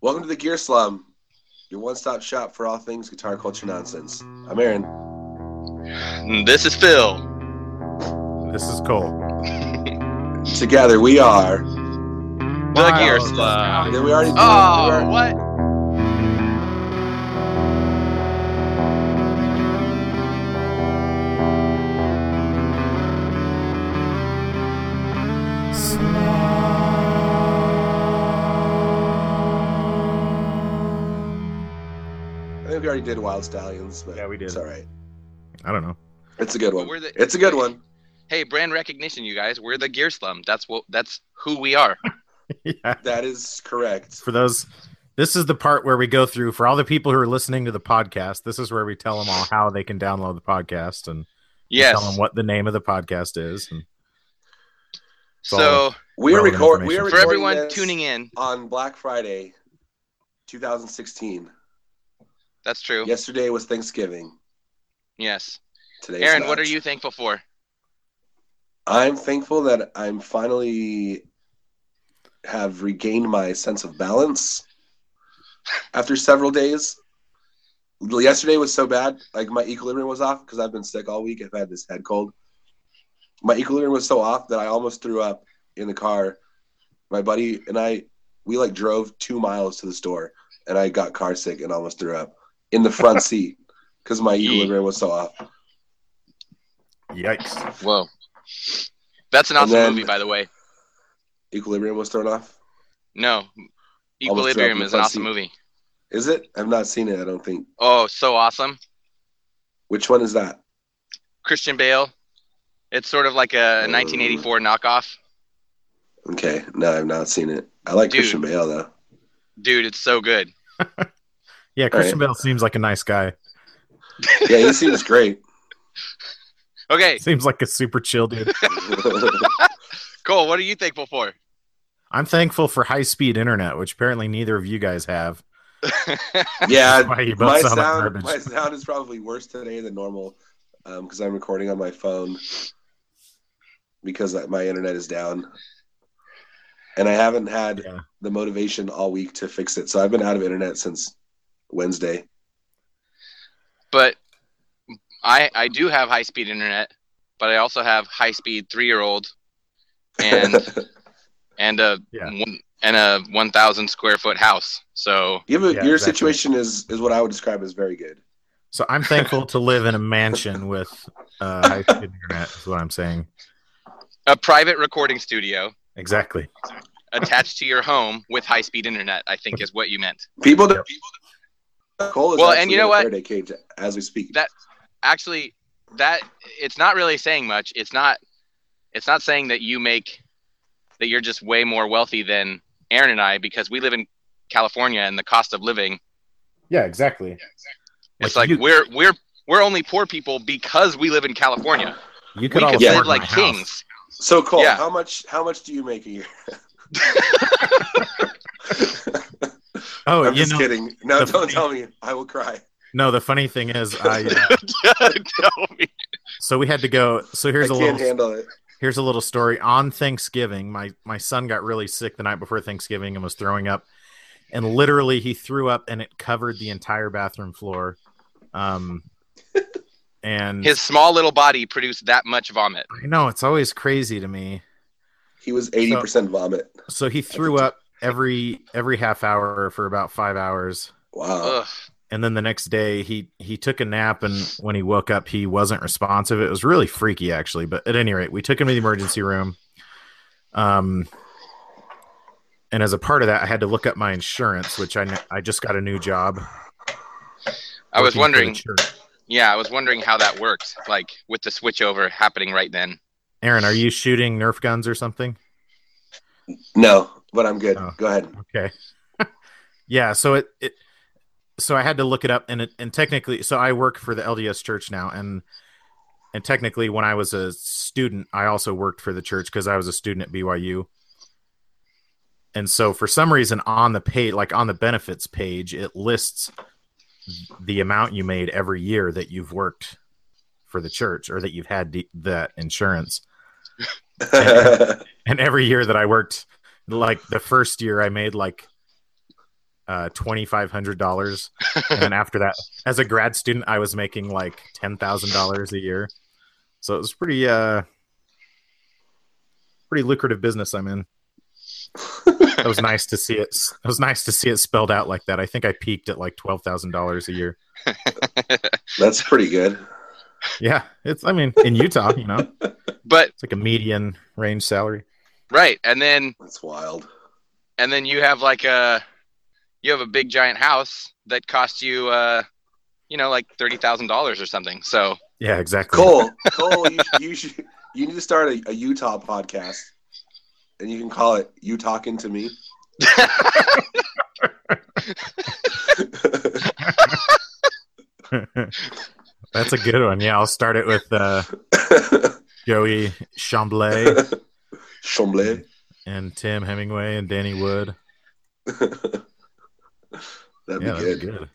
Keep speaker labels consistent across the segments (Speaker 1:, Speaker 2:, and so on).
Speaker 1: Welcome to the Gear Slum, your one stop shop for all things guitar culture nonsense. I'm Aaron.
Speaker 2: Mm, This is Phil.
Speaker 3: This is Cole.
Speaker 1: Together we are.
Speaker 2: The
Speaker 3: Wow.
Speaker 2: Gear Slum.
Speaker 1: Did we already do it?
Speaker 2: Oh, what?
Speaker 1: I think we already did Wild Stallions, but
Speaker 3: Yeah, we did.
Speaker 1: It's all right.
Speaker 3: I don't know.
Speaker 1: It's a good one.
Speaker 2: We're the-
Speaker 1: It's a good one.
Speaker 2: Hey, brand recognition, you guys. We're the Gear Slum. That's what. That's who we are.
Speaker 3: yeah.
Speaker 1: That is correct.
Speaker 3: For those, this is the part where we go through for all the people who are listening to the podcast. This is where we tell them all how they can download the podcast and we
Speaker 2: Yes.
Speaker 3: tell them what the name of the podcast is. And
Speaker 2: so
Speaker 1: We are
Speaker 3: Relevant
Speaker 1: record. We
Speaker 3: information.
Speaker 1: are
Speaker 2: for
Speaker 1: recording
Speaker 2: everyone
Speaker 1: this
Speaker 2: tuning in,
Speaker 1: on Black Friday, 2016.
Speaker 2: that's true. Yes.
Speaker 1: Yesterday was Thanksgiving. Today,
Speaker 2: Aaron, what are you thankful for?
Speaker 1: I'm thankful that I'm finally have regained my sense of balance after several days. Yesterday was so bad, like my equilibrium was off because I've been sick all week. I've had this head cold. My equilibrium was so off that I almost threw up in the car. My buddy and I, we like drove two miles to the store, and I got car sick and almost threw up in the front seat because my equilibrium was so off.
Speaker 3: yikes!
Speaker 2: Whoa. That's an
Speaker 1: And
Speaker 2: awesome
Speaker 1: then-
Speaker 2: movie, by the way.
Speaker 1: Equilibrium was thrown off. threw
Speaker 2: No,
Speaker 1: up in
Speaker 2: Equilibrium
Speaker 1: the
Speaker 2: is an
Speaker 1: front
Speaker 2: awesome
Speaker 1: seat.
Speaker 2: movie.
Speaker 1: Is it? I've not seen it. I don't think.
Speaker 2: Oh, so awesome.
Speaker 1: Which one is that?
Speaker 2: Christian Bale. It's sort of like a
Speaker 1: Mm.
Speaker 2: 1984 knockoff.
Speaker 1: Okay, no, I've not seen it. I like
Speaker 2: Dude.
Speaker 1: Christian Bale though.
Speaker 2: Dude, it's so good.
Speaker 3: Yeah, Christian Bale seems like a nice guy.
Speaker 1: Yeah, he seems great.
Speaker 2: Okay,
Speaker 3: Seems like a super chill dude.
Speaker 2: Cole, what are you thankful for?
Speaker 3: I'm thankful for high speed internet, which apparently neither of you guys have. That's
Speaker 1: yeah,
Speaker 3: why you both
Speaker 1: my
Speaker 3: sound like
Speaker 1: sound
Speaker 3: garbage.
Speaker 1: my sound is probably worse today than normal because I'm recording on my phone because I- my internet is down, and I haven't had
Speaker 3: Yeah.
Speaker 1: the motivation all week to fix it. So I've been out of internet since Wednesday.
Speaker 2: but I I do have high speed internet, but I also have high speed three year old and and a
Speaker 3: Yeah.
Speaker 2: one, and a one thousand square foot house. So
Speaker 1: You have a-
Speaker 3: Yeah,
Speaker 1: your
Speaker 3: exactly.
Speaker 1: situation is is what I would describe as very good.
Speaker 3: So I'm thankful to live in a mansion with uh, high speed internet. Is what I'm saying.
Speaker 2: a private recording studio
Speaker 3: Exactly.
Speaker 2: attached to your home with high speed internet, I think is what you meant.
Speaker 1: People, don't, people don't- Cole is
Speaker 2: Well,
Speaker 1: actually
Speaker 2: and you know
Speaker 1: in a
Speaker 2: what?
Speaker 1: Faraday cage as we speak.
Speaker 2: That- Actually, that it's not really saying much. It's not it's not saying that you make that you're just way more wealthy than Aaron and I because we live in California and the cost of living
Speaker 3: Yeah, exactly.
Speaker 2: It's like,
Speaker 3: you-
Speaker 2: we're we're we're only poor people because we live in California.
Speaker 3: You
Speaker 2: We
Speaker 3: could all
Speaker 2: could
Speaker 1: afford
Speaker 2: live
Speaker 3: my
Speaker 2: like
Speaker 3: house.
Speaker 2: kings.
Speaker 1: So Cole,
Speaker 2: Yeah.
Speaker 1: how much how much do you make a year?
Speaker 3: Oh,
Speaker 1: I'm
Speaker 3: you
Speaker 1: just
Speaker 3: know,
Speaker 1: kidding. No,
Speaker 3: the
Speaker 1: don't
Speaker 3: funny-
Speaker 1: tell me. I will cry.
Speaker 3: no. The funny thing is, I uh,
Speaker 2: Tell me.
Speaker 3: so we had to go. So here's
Speaker 1: I
Speaker 3: a
Speaker 1: can't
Speaker 3: little
Speaker 1: handle it.
Speaker 3: here's a little story. On Thanksgiving, my my son got really sick the night before Thanksgiving and was throwing up, and literally he threw up and it covered the entire bathroom floor. Um, and
Speaker 2: His small little body produced that much vomit.
Speaker 3: I know it's always crazy to me.
Speaker 1: He was eighty percent vomit.
Speaker 3: So he threw up every every half hour for about five hours.
Speaker 1: Wow.
Speaker 2: Ugh.
Speaker 3: and then the next day he he took a nap and when he woke up he wasn't responsive it was really freaky actually but at any rate we took him to the emergency room um and as a part of that i had to look up my insurance which i kn- i just got a new job
Speaker 2: I was
Speaker 3: working for the
Speaker 2: wondering.
Speaker 3: church.
Speaker 2: Yeah, I was wondering how that worked. Like with the switchover happening right then.
Speaker 3: aaron are you shooting nerf guns or something
Speaker 1: No, but I'm good.
Speaker 3: Oh.
Speaker 1: Go ahead.
Speaker 3: okay yeah so it, it so i had to look it up and it, and technically so i work for the lds church now and and technically when i was a student i also worked for the church because i was a student at byu and so for some reason on the page like on the benefits page it lists the amount you made every year that you've worked for the church or that you've had the, that insurance and every year that I worked, like the first year I made like uh, twenty five hundred dollars, and then after that, as a grad student, I was making like ten thousand dollars a year. So it was pretty uh, pretty lucrative business I'm in. It was nice to see it. It was nice to see it spelled out like that. I think I peaked at like twelve thousand dollars a year.
Speaker 1: That's pretty good.
Speaker 3: Yeah, it's. I mean, in Utah, you know, it's
Speaker 2: but
Speaker 3: like a median range salary.
Speaker 2: right, and then
Speaker 1: That's wild.
Speaker 2: and then you have like a you have a big giant house that costs you uh you know like thirty thousand dollars or something. So
Speaker 3: Yeah, exactly.
Speaker 1: Cole, Cole, you, you should you need to start a, a Utah podcast, and you can call it "You Talking to Me."
Speaker 3: That's a good one. Yeah, I'll start it with uh, Joey Chamblay
Speaker 1: Chambly.
Speaker 3: and Tim Hemingway and Danny Wood.
Speaker 1: That'd
Speaker 3: yeah,
Speaker 1: be
Speaker 3: that'd
Speaker 1: good.
Speaker 3: be good.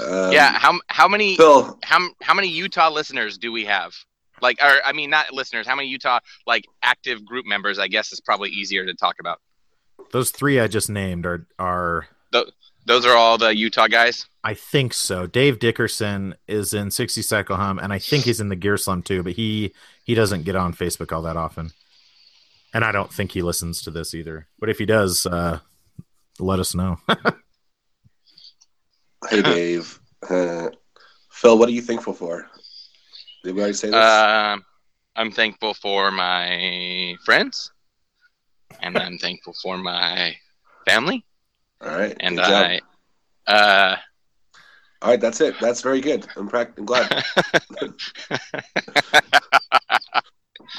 Speaker 1: Um,
Speaker 2: yeah, how how many
Speaker 1: Phil,
Speaker 2: how how many Utah listeners do we have? Like, or I mean, not listeners. How many Utah like active group members? I guess is probably easier to talk about.
Speaker 3: Those three I just named are are
Speaker 2: Those are all the Utah guys.
Speaker 3: I think so. Dave Dickerson is in 60 Cycle Hum, and I think he's in the Gear Slum too, but he he doesn't get on Facebook all that often. And I don't think he listens to this either. But if he does, uh, let us know.
Speaker 1: hey Dave, uh, Phil, what are you thankful for? Did we already say this?
Speaker 2: Um, I'm thankful for my friends, and I'm thankful for my family,
Speaker 1: All right,
Speaker 2: and
Speaker 1: good job.
Speaker 2: I. Uh,
Speaker 1: All right, that's it. That's very good. I'm, prac- I'm glad.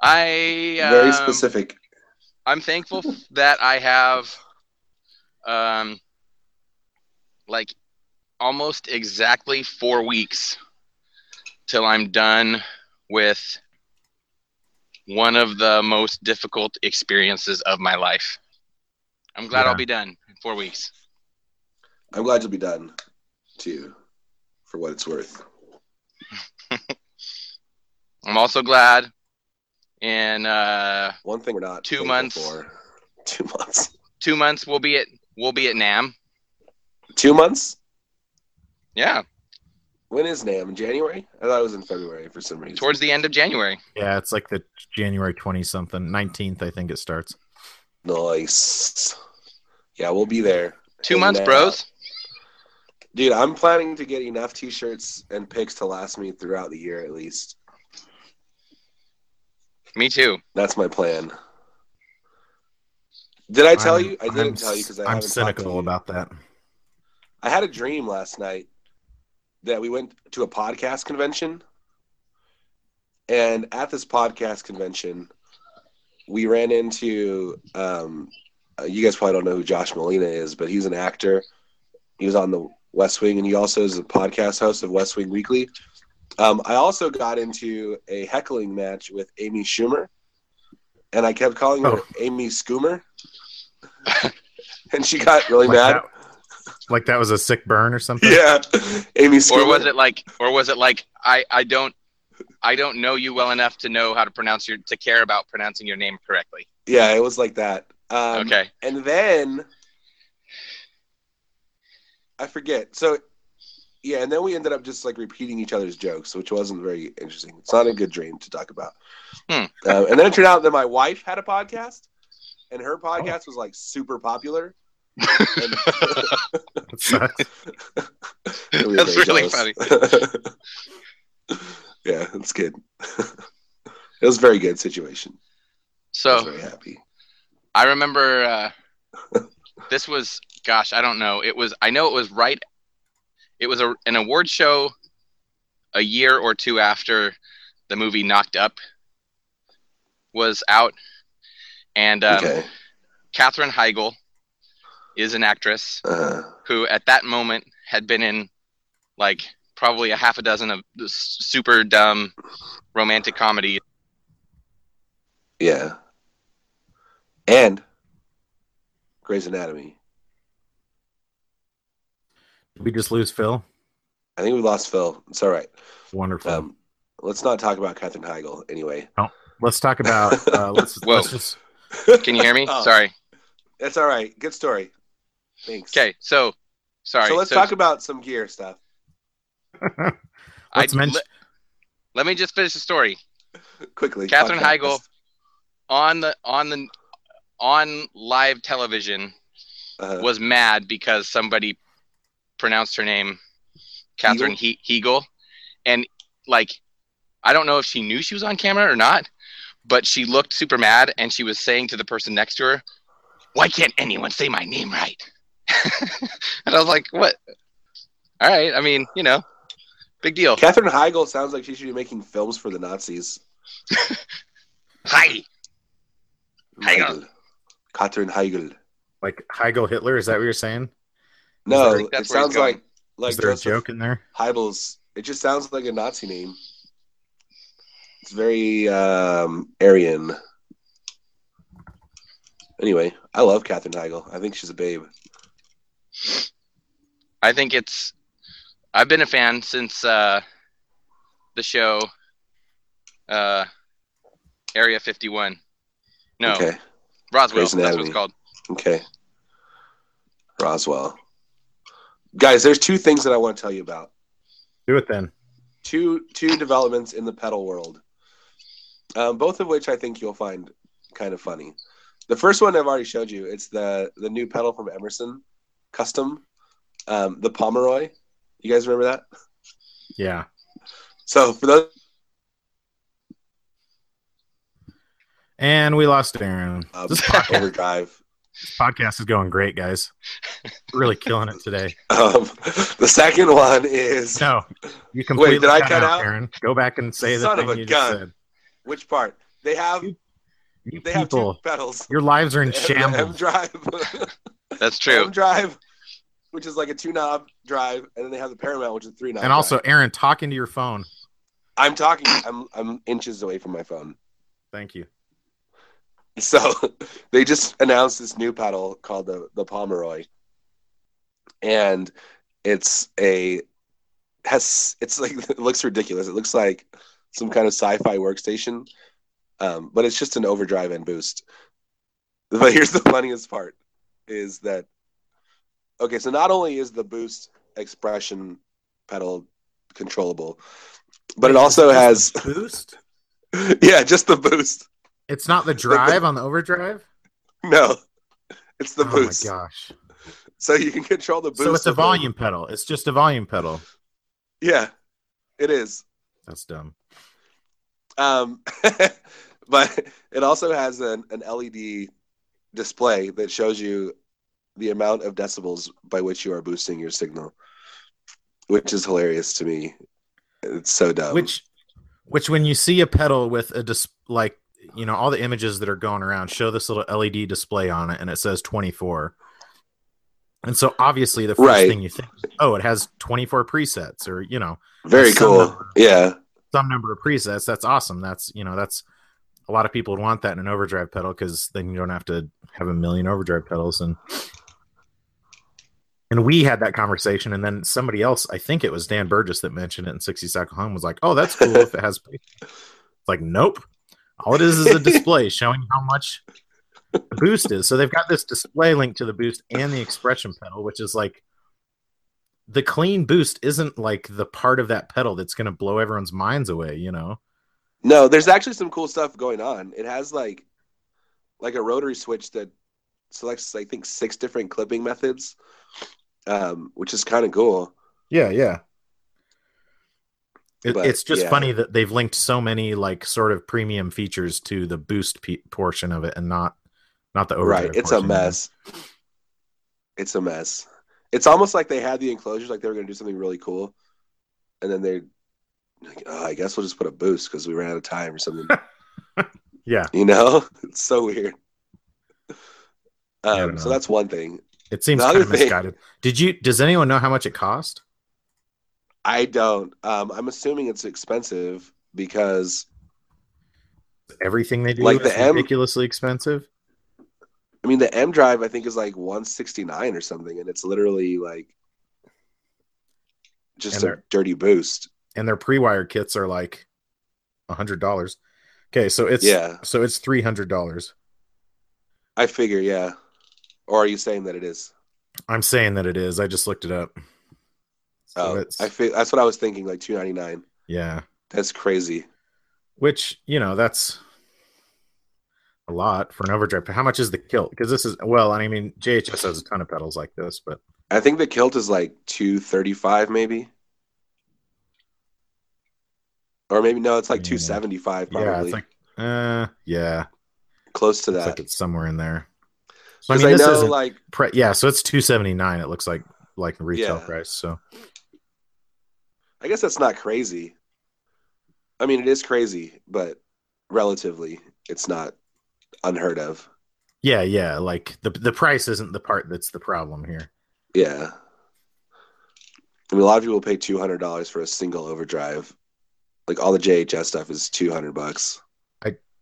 Speaker 2: I um,
Speaker 1: Very specific.
Speaker 2: I'm thankful f- that I have, um, like almost exactly four weeks till I'm done with one of the most difficult experiences of my life. I'm glad
Speaker 3: Yeah.
Speaker 2: I'll be done in four weeks.
Speaker 1: I'm glad you'll be done, too, for what it's worth.
Speaker 2: I'm also glad in uh,
Speaker 1: One thing we're not
Speaker 2: Two
Speaker 1: thankful
Speaker 2: months.
Speaker 1: For. Two months.
Speaker 2: two months we'll be at we'll be at Nam.
Speaker 1: Two months.
Speaker 2: Yeah,
Speaker 1: When is Nam? January? I thought it was in February for some reason.
Speaker 2: towards the end of January.
Speaker 3: yeah, it's like the January 20 something, 19th, I think it starts.
Speaker 1: nice. Yeah, we'll be there.
Speaker 2: Two
Speaker 1: Hanging
Speaker 2: months,
Speaker 1: out.
Speaker 2: bros.
Speaker 1: Dude, I'm planning to get enough T-shirts and pics to last me throughout the year at least.
Speaker 2: Me too.
Speaker 1: That's my plan. Did I tell
Speaker 3: I'm-
Speaker 1: you? I
Speaker 3: I'm
Speaker 1: didn't tell you because
Speaker 3: s-
Speaker 1: I
Speaker 3: I'm
Speaker 1: haven't talked to
Speaker 3: cynical
Speaker 1: you.
Speaker 3: about that.
Speaker 1: I had a dream last night that we went to a podcast convention, and at this podcast convention, we ran into um, uh, you guys probably don't know who Josh Molina is, but he's an actor. He was on the West Wing, and he also is a podcast host of West Wing Weekly. Um, I also got into a heckling match with Amy Schumer, and I kept calling her
Speaker 3: Oh.
Speaker 1: Amy Schoomer, and she got really
Speaker 3: Like
Speaker 1: mad.
Speaker 3: that- Like that was a sick burn or something.
Speaker 1: Yeah, Amy. Schumer.
Speaker 2: or was it like or was it like I, I don't I don't know you well enough to know how to pronounce your to care about pronouncing your name correctly.
Speaker 1: Yeah, it was like that. Um,
Speaker 2: okay.
Speaker 1: And then I forget. So yeah, and then we ended up just like repeating each other's jokes, which wasn't very interesting. It's not a good dream to talk about.
Speaker 2: Hmm.
Speaker 1: Um, and then it turned out that my wife had a podcast, and
Speaker 2: Oh.
Speaker 1: her podcast was like super popular. And-
Speaker 3: It sucks.
Speaker 1: we were
Speaker 2: That's
Speaker 1: very
Speaker 2: really
Speaker 1: jealous. yeah, that's good. it was a very good situation. I was
Speaker 2: So
Speaker 1: very happy.
Speaker 2: I remember uh, this was gosh, I don't know. It was I know it was right it was a, an award show a year or two after the movie Knocked Up was out and um,
Speaker 1: okay.
Speaker 2: Katherine Heigl is an actress
Speaker 1: Uh,
Speaker 2: who at that moment had been in like probably a half a dozen of s- super dumb romantic comedies.
Speaker 1: Yeah. And Grey's Anatomy.
Speaker 3: Did we just lose Phil?
Speaker 1: I think we lost Phil. It's all right.
Speaker 3: Wonderful.
Speaker 2: Oh.
Speaker 1: Um, let's not talk about Katherine Heigl anyway.
Speaker 3: let's talk about. Uh, let's,
Speaker 2: Whoa.
Speaker 3: let's just
Speaker 2: Can you hear me?
Speaker 1: Oh.
Speaker 2: Sorry.
Speaker 1: That's all right. Good story. Thanks.
Speaker 2: Okay, so sorry.
Speaker 1: So let's talk about some gear stuff.
Speaker 3: Let's
Speaker 2: I-
Speaker 3: mention.
Speaker 2: le- let me just finish the story.
Speaker 1: Quickly.
Speaker 2: Katherine
Speaker 1: podcast.
Speaker 2: Heigl. on the on the on live television
Speaker 1: Uh-huh.
Speaker 2: was mad because somebody pronounced her name Catherine he- Hegel, and like I don't know if she knew she was on camera or not, but she looked super mad and she was saying to the person next to her, "Why can't anyone say my name right?" and I was like, "What? All right, I mean, you know, big deal.
Speaker 1: Katherine Heigl sounds like she should be making films for the Nazis.
Speaker 2: Hi, Heigl.
Speaker 1: Heigl. Katherine Heigl.
Speaker 3: like Heigl Hitler. Is that what you're saying?
Speaker 1: No,
Speaker 2: I think
Speaker 1: it
Speaker 2: that's where he's
Speaker 1: sounds
Speaker 2: going.
Speaker 1: like like
Speaker 3: Is there a
Speaker 1: Joseph
Speaker 3: joke in there?
Speaker 1: Heibel's. It just sounds like a Nazi name. It's very um, Aryan. Anyway, I love Katherine Heigl. I think she's a babe.
Speaker 2: I think it's. I've been a fan since uh, the show uh, Area 51. No,
Speaker 1: Okay.
Speaker 2: Roswell.
Speaker 1: Grey's
Speaker 2: That's what
Speaker 1: Anatomy.
Speaker 2: it's called.
Speaker 1: Okay. Roswell. Guys, there's two things that I want to tell you about.
Speaker 3: Do it then.
Speaker 1: Two two developments in the pedal world. Um, both of which I think you'll find kind of funny. The first one I've already showed you. It's the the new pedal from Emerson, custom, um, the Pomeroy. You guys remember that?
Speaker 3: Yeah.
Speaker 1: So for those,
Speaker 3: And we lost Aaron.
Speaker 1: um,
Speaker 3: this, podcast,
Speaker 1: overdrive.
Speaker 3: this podcast is going great, guys. Really killing it today.
Speaker 1: Um, the second one is
Speaker 3: No, you completely
Speaker 1: did I
Speaker 3: cut,
Speaker 1: cut
Speaker 3: out,
Speaker 1: out?
Speaker 3: Aaron. Go back and say
Speaker 1: Son
Speaker 3: the
Speaker 1: of
Speaker 3: thing
Speaker 1: a
Speaker 3: you
Speaker 1: gun.
Speaker 3: just said.
Speaker 1: which part? They have
Speaker 3: You You
Speaker 1: they have two
Speaker 3: people,
Speaker 1: pedals.
Speaker 3: your lives are in
Speaker 1: They have the M
Speaker 3: shambles.
Speaker 1: drive.
Speaker 2: That's
Speaker 1: M
Speaker 2: true.
Speaker 1: drive, which is like a two knob drive, and then they have the Paramount, which is three knob.
Speaker 3: And also, Aaron, talking to your phone.
Speaker 1: I'm talking. I'm I'm inches away from my phone.
Speaker 3: Thank you.
Speaker 1: So they just announced this new pedal called the the Pomeroy, and it's a has it's like it looks ridiculous. It looks like some kind of sci-fi workstation, um, but it's just an overdrive and boost. But here's the funniest part: is that okay? So not only is the boost expression pedal controllable, but it also has
Speaker 3: boost.
Speaker 1: yeah, just the boost.
Speaker 3: It's not the drive on the overdrive.
Speaker 1: No, it's the
Speaker 3: oh
Speaker 1: boost.
Speaker 3: my gosh!
Speaker 1: So you can control the boost.
Speaker 3: So it's a
Speaker 1: with the-
Speaker 3: volume pedal. It's just a volume pedal.
Speaker 1: Yeah, it is.
Speaker 3: That's dumb.
Speaker 1: Um, but it also has an, an LED display that shows you the amount of decibels by which you are boosting your signal, which is hilarious to me. It's so dumb.
Speaker 3: which, which when you see a pedal with a dis like you know all the images that are going around show this little LED display on it, and it says 24. And so obviously the first
Speaker 1: Right.
Speaker 3: thing you think, is, oh, it has 24 presets, or you know
Speaker 1: very
Speaker 3: some
Speaker 1: cool.
Speaker 3: number.
Speaker 1: Yeah,
Speaker 3: some number of presets. That's awesome. That's you know that's a lot of people would want that in an overdrive pedal because then you don't have to have a million overdrive pedals and and we had that conversation and then somebody else I think it was Dan Burgess that mentioned it in 60 Cycle Home was like oh that's cool if it has presets." it's like nope all it is is a display showing how much the boost is so they've got this display link to the boost and the expression pedal which is like the clean boost isn't like the part of that pedal that's going to blow everyone's minds away, you know?
Speaker 1: no, there's actually some cool stuff going on. It has like like a rotary switch that selects I think six different clipping methods, um, which is kind of cool.
Speaker 3: Yeah, yeah. It,
Speaker 1: But,
Speaker 3: it's just
Speaker 1: yeah.
Speaker 3: funny that they've linked so many like sort of premium features to the boost pe- portion of it and not not the overdrive.
Speaker 1: right it's a
Speaker 3: portion, you know?
Speaker 1: mess it's a mess it's almost like they had the enclosures like they were going to do something really cool and then they like oh, i guess we'll just put a boost because we ran out of time or something
Speaker 3: Yeah,
Speaker 1: you know it's so weird
Speaker 3: I
Speaker 1: um,
Speaker 3: don't
Speaker 1: so
Speaker 3: know.
Speaker 1: that's one thing
Speaker 3: it seems
Speaker 1: The
Speaker 3: kind
Speaker 1: other
Speaker 3: of
Speaker 1: thing-
Speaker 3: misguided. Did you does anyone know how much it cost?
Speaker 1: i don't um, i'm assuming it's expensive because
Speaker 3: Everything they do
Speaker 1: Like
Speaker 3: is
Speaker 1: the M-
Speaker 3: ridiculously expensive.
Speaker 1: i mean the m drive i think is like 169 or something and it's literally like just
Speaker 3: And
Speaker 1: a
Speaker 3: they're-
Speaker 1: dirty boost
Speaker 3: And their pre-wire kits are like a hundred dollars. Okay, so it's
Speaker 1: yeah
Speaker 3: so it's three hundred dollars.
Speaker 1: i figure yeah or are you saying that it is
Speaker 3: I'm saying that it is. I just looked it up. So
Speaker 1: Oh,
Speaker 3: it's-
Speaker 1: I feel, that's what I was thinking. Like two ninety nine.
Speaker 3: yeah.
Speaker 1: That's crazy.
Speaker 3: Which, you know, that's a lot for an overdrive. How much is the kilt? Because this is well, I mean JHS has a ton of pedals like this, but
Speaker 1: I think the kilt is like two thirty five, maybe, or maybe no, it's like
Speaker 3: Yeah.
Speaker 1: two seventy five,
Speaker 3: yeah,
Speaker 1: probably
Speaker 3: it's like uh yeah.
Speaker 1: close to
Speaker 3: It's
Speaker 1: that.
Speaker 3: like it's somewhere in there. So I
Speaker 1: Because
Speaker 3: mean
Speaker 1: I,
Speaker 3: this
Speaker 1: know,
Speaker 3: isn't
Speaker 1: like,
Speaker 3: pre- yeah, so it's two seventy nine, it looks like like retail
Speaker 1: Yeah.
Speaker 3: price. So
Speaker 1: I guess that's not crazy. I mean, it is crazy, but relatively, it's not unheard of.
Speaker 3: yeah, yeah. Like the the price isn't the part that's the problem here.
Speaker 1: Yeah. I mean, a lot of people pay two hundred dollars for a single overdrive. Like all the JHS stuff is two hundred bucks.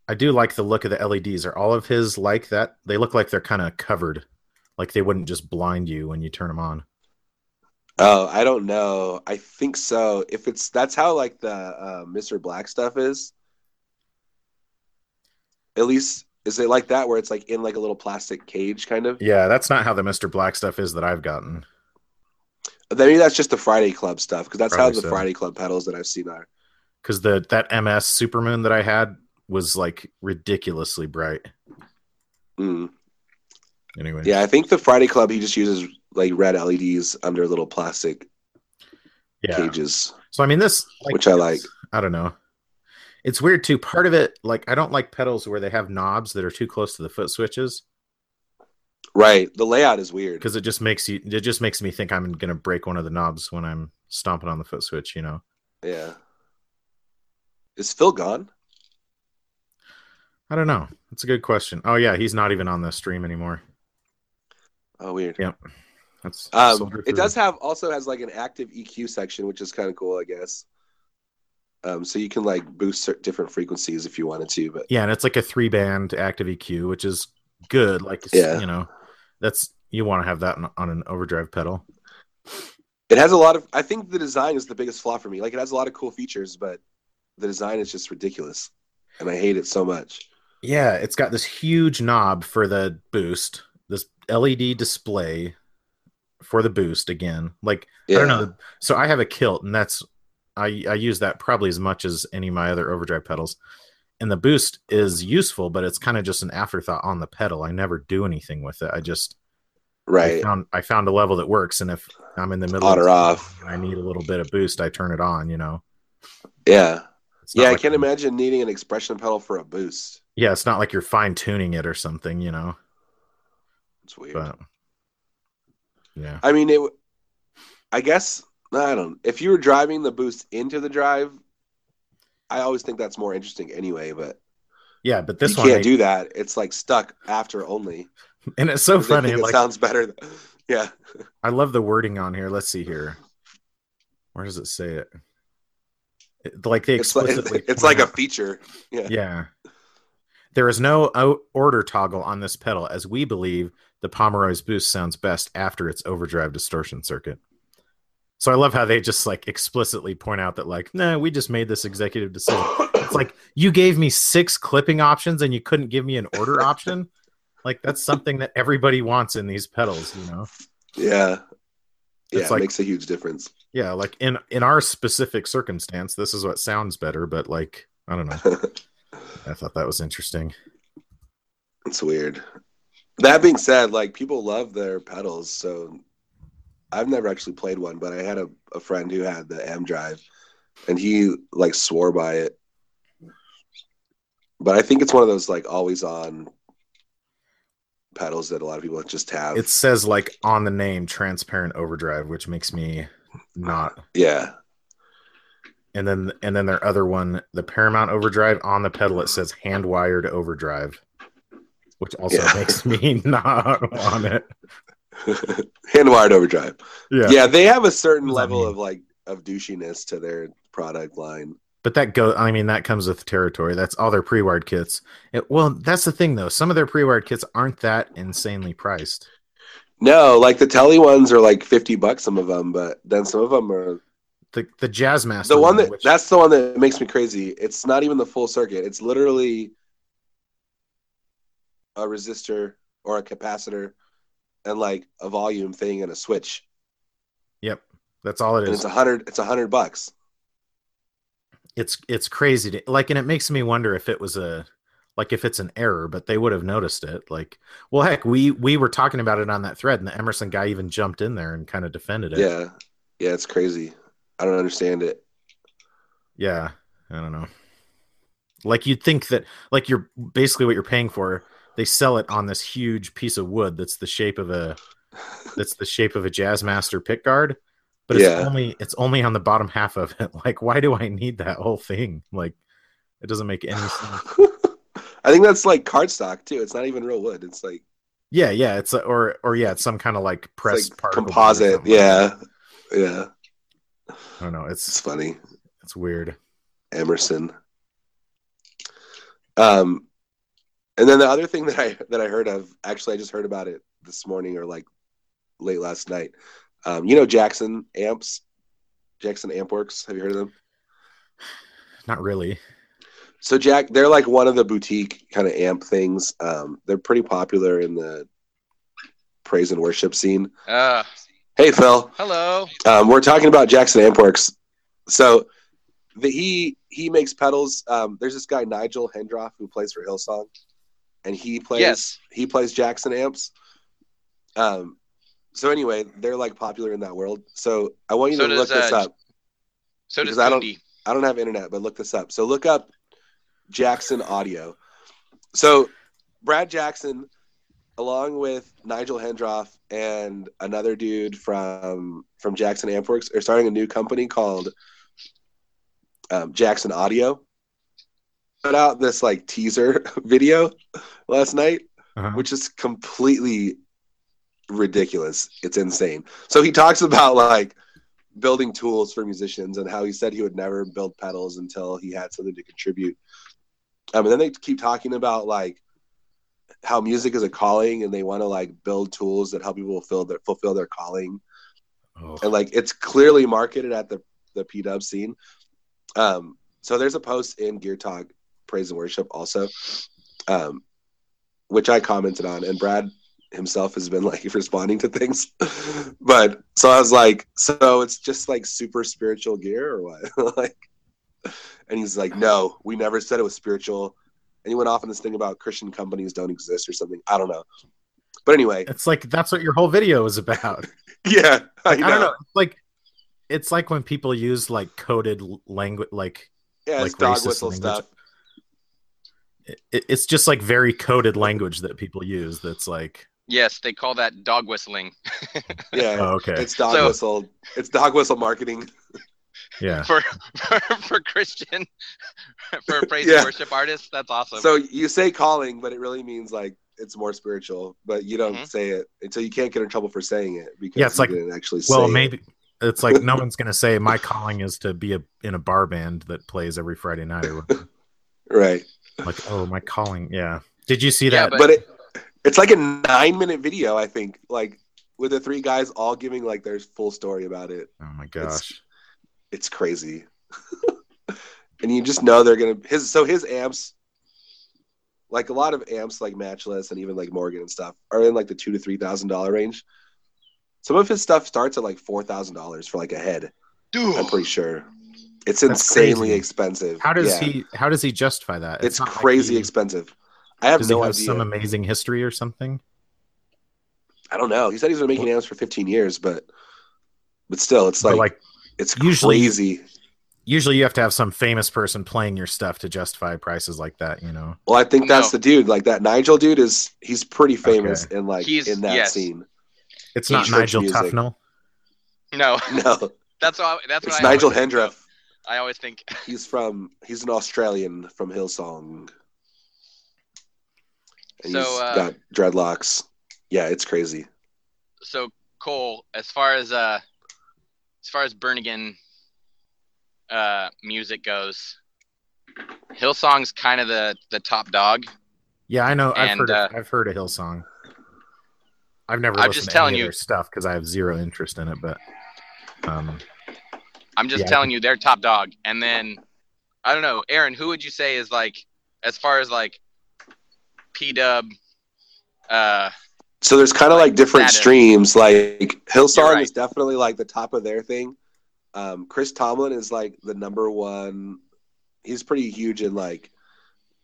Speaker 3: I do like the look of the LEDs. Are all of his like that? They look like they're kind of covered, like they wouldn't just blind you when you turn them on.
Speaker 1: Oh, I don't know. I think so. If it's that's how like the uh, Mr. Black stuff is. At least is it like that where it's like in like a little plastic cage kind of?
Speaker 3: Yeah, that's not how the Mister Black stuff is that I've gotten.
Speaker 1: Maybe that's just the Friday Club stuff because that's how
Speaker 3: Probably
Speaker 1: the
Speaker 3: so.
Speaker 1: Friday Club pedals that I've seen are.
Speaker 3: Because the that MS Supermoon that I had was like ridiculously bright.
Speaker 1: Mm.
Speaker 3: Anyway,
Speaker 1: Yeah, I think the Friday Club he just uses like red LEDs under little plastic
Speaker 3: Yeah.
Speaker 1: cages,
Speaker 3: So I mean, this like,
Speaker 1: which I like.
Speaker 3: I don't know. It's weird too. Part of it, like I don't like pedals where they have knobs that are too close to the foot switches
Speaker 1: Right. The layout is weird.
Speaker 3: because it just makes you. It just makes me think I'm gonna break one of the knobs when I'm stomping on the foot switch. You know.
Speaker 1: Yeah. Is Phil gone?
Speaker 3: I don't know. That's a good question. Oh yeah, he's not even on the stream anymore.
Speaker 1: Oh, weird.
Speaker 3: Yeah, That's
Speaker 1: Um,
Speaker 3: soldier
Speaker 1: it
Speaker 3: food.
Speaker 1: does have also has like an active EQ section, which is kind of cool, I guess. Um, so you can like boost cer- different frequencies if you wanted to, but
Speaker 3: Yeah, and it's like a three band active EQ, which is good. Like it's-
Speaker 1: Yeah.
Speaker 3: you know, that's you want to have that on, on an overdrive pedal.
Speaker 1: it has a lot of. I think the design is the biggest flaw for me. Like it has a lot of cool features, but the design is just ridiculous, and I hate it so much.
Speaker 3: Yeah, it's got this huge knob for the boost, this LED display for the boost again. Like
Speaker 1: Yeah.
Speaker 3: I don't know. So I have a kilt, and that's I I use that probably as much as any of my other overdrive pedals. And the boost is useful, but it's kind of just an afterthought on the pedal. I never do anything with it. I just I
Speaker 1: Right.
Speaker 3: found I found a level that works, and if I'm in the middle
Speaker 1: On
Speaker 3: of
Speaker 1: or off.
Speaker 3: and I need a little bit of boost, I turn it on. You know,
Speaker 1: Yeah.
Speaker 3: It's not
Speaker 1: Yeah. I
Speaker 3: like-
Speaker 1: can't imagine needing an expression pedal for a boost.
Speaker 3: Yeah, it's not like you're fine tuning it or something. You know,
Speaker 1: It's weird.
Speaker 3: but yeah,
Speaker 1: I mean, it. w- I guess I don't. If you were driving the boost into the drive, I always think that's more interesting anyway. But
Speaker 3: yeah. But this
Speaker 1: you
Speaker 3: one,
Speaker 1: can't
Speaker 3: they-
Speaker 1: do that. It's like stuck after only.
Speaker 3: and it's so
Speaker 1: 'Cause they
Speaker 3: funny.
Speaker 1: think
Speaker 3: Like
Speaker 1: it sounds better. th- Yeah,
Speaker 3: I love the wording on here. Let's see here. Where does it say it? It- like they
Speaker 1: it's like
Speaker 3: explicitly.
Speaker 1: it's
Speaker 3: point
Speaker 1: like a
Speaker 3: out-
Speaker 1: feature. Yeah.
Speaker 3: yeah. There is no o- order toggle on this pedal, as we believe the Pomeroy's boost sounds best after its overdrive distortion circuit. So I love how they just like explicitly point out that like, no, we just made this executive decision. It's like you gave me six clipping options and you couldn't give me an order option. Like that's something that everybody wants in these pedals, you know.
Speaker 1: yeah, yeah.
Speaker 3: It's
Speaker 1: it
Speaker 3: like-
Speaker 1: makes a huge difference.
Speaker 3: yeah like in in our specific circumstance this is what sounds better but like i don't know i thought that was interesting
Speaker 1: It's weird. That being said, like people love their pedals, so I've never actually played one, but I had a, a friend who had the M Drive and he like swore by it. But I think it's one of those like always on pedals that a lot of people just have.
Speaker 3: it says like on the name transparent overdrive which makes me not
Speaker 1: yeah.
Speaker 3: and then and then their other one the paramount overdrive on the pedal it says hand wired overdrive which also
Speaker 1: Yeah.
Speaker 3: makes me not want it
Speaker 1: Hand wired overdrive.
Speaker 3: yeah,
Speaker 1: Yeah. they have a certain
Speaker 3: What does that
Speaker 1: level
Speaker 3: mean?
Speaker 1: of like of douchiness to their product line.
Speaker 3: but that go i mean that comes with territory that's all their pre-wired kits It- well that's the thing though some of their pre-wired kits aren't that insanely priced
Speaker 1: No, like the Telly ones are like fifty bucks, some of them, but then some of them are
Speaker 3: the the jazz master
Speaker 1: the one that
Speaker 3: which-
Speaker 1: that's the one that makes me crazy. It's not even the full circuit. It's literally a resistor or a capacitor, and like a volume thing and a switch.
Speaker 3: Yep. That's all it
Speaker 1: And it's
Speaker 3: is.
Speaker 1: a hundred. It's a hundred bucks.
Speaker 3: It's it's crazy to like and it makes me wonder if it was a like if it's an error, but they would have noticed it. Like, well heck, we we were talking about it on that thread and the Emerson guy even jumped in there and kind of defended it.
Speaker 1: Yeah, yeah, it's crazy. I don't understand it.
Speaker 3: Yeah, I don't know. Like you'd think that like you're basically what you're paying for. They sell it on this huge piece of wood that's the shape of a that's the shape of a Jazzmaster pick guard, but it's
Speaker 1: Yeah.
Speaker 3: only it's only on the bottom half of it. Like why do I need that whole thing? Like it doesn't make any sense.
Speaker 1: I think that's like cardstock too. It's not even real wood. It's like
Speaker 3: Yeah, yeah, it's a, or or yeah, it's some kind of like
Speaker 1: it's
Speaker 3: pressed
Speaker 1: like
Speaker 3: particle board or
Speaker 1: composite.
Speaker 3: something like
Speaker 1: Yeah, yeah,
Speaker 3: that. I don't know.
Speaker 1: it's
Speaker 3: It's
Speaker 1: funny.
Speaker 3: it's weird.
Speaker 1: Emerson. Um, and then the other thing that I that I heard of, actually, I just heard about it this morning or like late last night. Um, you know Jackson Amps, Jackson Ampworks. Have you heard of them?
Speaker 3: Not really.
Speaker 1: So Jack, they're like one of the boutique kind of amp things. Um, they're pretty popular in the praise and worship scene.
Speaker 2: Uh,
Speaker 1: Hey Phil,
Speaker 2: hello.
Speaker 1: um, we're talking about Jackson Ampworks. So the, he he makes pedals. Um, there's this guy Nigel Hendroff who plays for Hillsong, and he plays
Speaker 2: Yes.
Speaker 1: he plays Jackson amps. Um, so anyway, they're like popular in that world. So I want you
Speaker 2: So
Speaker 1: to look
Speaker 2: does,
Speaker 1: this
Speaker 2: uh,
Speaker 1: up.
Speaker 2: So does
Speaker 1: Because I don't-
Speaker 2: Booty.
Speaker 1: I don't have internet, but look this up. So look up Jackson Audio. So Brad Jackson, along with Nigel Hendroff and another dude from from Jackson Ampworks, are starting a new company called um, Jackson Audio. Put out this like teaser video last night,
Speaker 3: Uh-huh.
Speaker 1: which is completely ridiculous. It's insane. So he talks about like building tools for musicians and how he said he would never build pedals until he had something to contribute. Um, and then they keep talking about like how music is a calling and they want to like build tools that help people fulfill their fulfill their calling.
Speaker 3: Oh.
Speaker 1: And like it's clearly marketed at the the P dub scene. Um, so there's a post in Gear Talk Praise and Worship also, um, which I commented on, and Brad himself has been like responding to things. but so I was like, so it's just like super spiritual gear or what? like, and he's like, no, we never said it was spiritual. And he went off on this thing about Christian companies don't exist or something. I don't know. But anyway,
Speaker 3: It's like that's what your whole video is about.
Speaker 1: yeah, I know.
Speaker 3: I don't know. It's like it's like when people use like coded language, like
Speaker 1: Yeah, it's
Speaker 3: Like
Speaker 1: dog
Speaker 3: racist
Speaker 1: whistle
Speaker 3: language.
Speaker 1: stuff.
Speaker 3: it, it's just like very coded language that people use. That's like,
Speaker 2: Yes, they call that dog whistling
Speaker 1: Yeah.
Speaker 3: oh, okay,
Speaker 1: It's dog
Speaker 2: So-
Speaker 1: whistle. It's dog whistle marketing.
Speaker 3: yeah,
Speaker 2: for for, for Christian for praise
Speaker 1: Yeah.
Speaker 2: and worship artists. That's awesome.
Speaker 1: So you say calling, but it really means like it's more spiritual. But you don't
Speaker 2: Mhm.
Speaker 1: say it until you can't get in trouble for saying it because
Speaker 3: Yeah, it's
Speaker 1: you
Speaker 3: like-
Speaker 1: didn't actually say.
Speaker 3: Well,
Speaker 1: it.
Speaker 3: maybe it's like no one's gonna say my calling is to be a in a bar band that plays every Friday night. Or whatever.
Speaker 1: right,
Speaker 3: like, oh, my calling. Yeah. Did you see
Speaker 2: Yeah,
Speaker 3: that?
Speaker 1: but, it it's like a nine minute video, I think, like with the three guys all giving like their full story about it.
Speaker 3: oh my
Speaker 1: it's-
Speaker 3: gosh.
Speaker 1: It's crazy, and you just know they're gonna his. So his amps, like a lot of amps, like Matchless and even like Morgan and stuff, are in like the two to three thousand dollar range. Some of his stuff starts at like four thousand dollars for like a head.
Speaker 2: Dude.
Speaker 1: I'm pretty sure. It's
Speaker 3: That's
Speaker 1: insanely
Speaker 3: crazy.
Speaker 1: expensive.
Speaker 3: How does
Speaker 1: Yeah.
Speaker 3: he? How does he justify that?
Speaker 1: It's
Speaker 3: not like
Speaker 1: crazy
Speaker 3: he-
Speaker 1: expensive. I have
Speaker 3: does
Speaker 1: no
Speaker 3: he have
Speaker 1: idea.
Speaker 3: some amazing history or something?
Speaker 1: I don't know. He said he's been making amps for 15 years, but but still, it's
Speaker 3: Or,
Speaker 1: like,
Speaker 3: like
Speaker 1: it's
Speaker 3: usually-
Speaker 1: crazy.
Speaker 3: usually you have to have some famous person playing your stuff to justify prices like that, you know.
Speaker 1: Well, I think that's
Speaker 2: No.
Speaker 1: the dude. Like that Nigel dude is he's pretty famous in like
Speaker 2: He's-
Speaker 1: in that
Speaker 2: yes.
Speaker 1: scene.
Speaker 3: It's
Speaker 1: Yeah,
Speaker 3: not
Speaker 1: church
Speaker 3: Nigel
Speaker 1: music.
Speaker 3: Tufnell.
Speaker 2: No,
Speaker 1: No,
Speaker 2: that's all. That's what
Speaker 1: it's
Speaker 2: I
Speaker 1: Nigel
Speaker 2: always think of.
Speaker 1: Hendriff.
Speaker 2: I always think
Speaker 1: He's from he's an Australian from Hillsong. And
Speaker 2: So,
Speaker 1: he's
Speaker 2: uh,
Speaker 1: got dreadlocks. Yeah, it's crazy.
Speaker 2: so. Cole, as far as uh, as far as Bernigan uh music goes, Hillsong's kind of the the top dog.
Speaker 3: Yeah, I know. I've
Speaker 2: And,
Speaker 3: heard. Of,
Speaker 2: uh,
Speaker 3: I've heard a Hillsong. I've never.
Speaker 2: I'm
Speaker 3: listened
Speaker 2: just
Speaker 3: to
Speaker 2: telling
Speaker 3: any of
Speaker 2: you-
Speaker 3: their stuff because I have zero interest in it. But um,
Speaker 2: I'm just
Speaker 3: Yeah.
Speaker 2: telling you, they're top dog. And then I don't know, Aaron, who would you say is like as far as like P Dub, uh,
Speaker 1: So there's kind of like, different
Speaker 2: that is-
Speaker 1: streams. Like Hillsong
Speaker 2: You're right.
Speaker 1: is definitely like the top of their thing. Um, Chris Tomlin is like the number one. He's pretty huge in like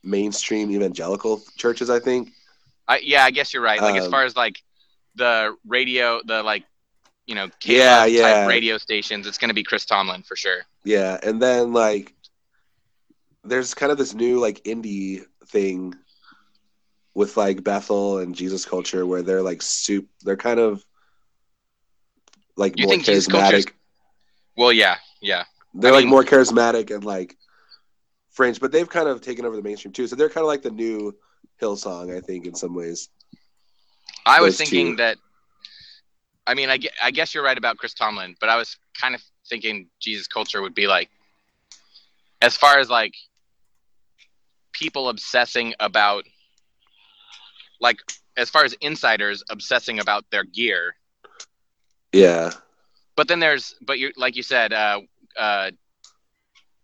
Speaker 1: mainstream evangelical churches, I think.
Speaker 2: I, yeah, I guess you're right. Like as
Speaker 1: Um,
Speaker 2: far as like the radio, the like you know,
Speaker 1: Yeah,
Speaker 2: K-pop
Speaker 1: yeah.
Speaker 2: type radio stations, it's gonna be Chris Tomlin for sure.
Speaker 1: Yeah, and then like there's kind of this new like indie thing with like Bethel and Jesus Culture where they're like soup they're kind of like
Speaker 2: You
Speaker 1: more
Speaker 2: think Jesus Culture's-
Speaker 1: charismatic.
Speaker 2: Well, yeah, yeah,
Speaker 1: They're
Speaker 2: I
Speaker 1: like
Speaker 2: mean-
Speaker 1: more charismatic and like fringe, but they've kind of taken over the mainstream too. So they're kind of like the new Hillsong, I think, in some ways.
Speaker 2: I was
Speaker 1: Those
Speaker 2: thinking
Speaker 1: two.
Speaker 2: that. I mean, I, gue- I guess you're right about Chris Tomlin, but I was kind of thinking Jesus Culture would be like, as far as like people obsessing about, like as far as insiders obsessing about their gear.
Speaker 1: Yeah.
Speaker 2: But then there's, but you like you said, uh, uh,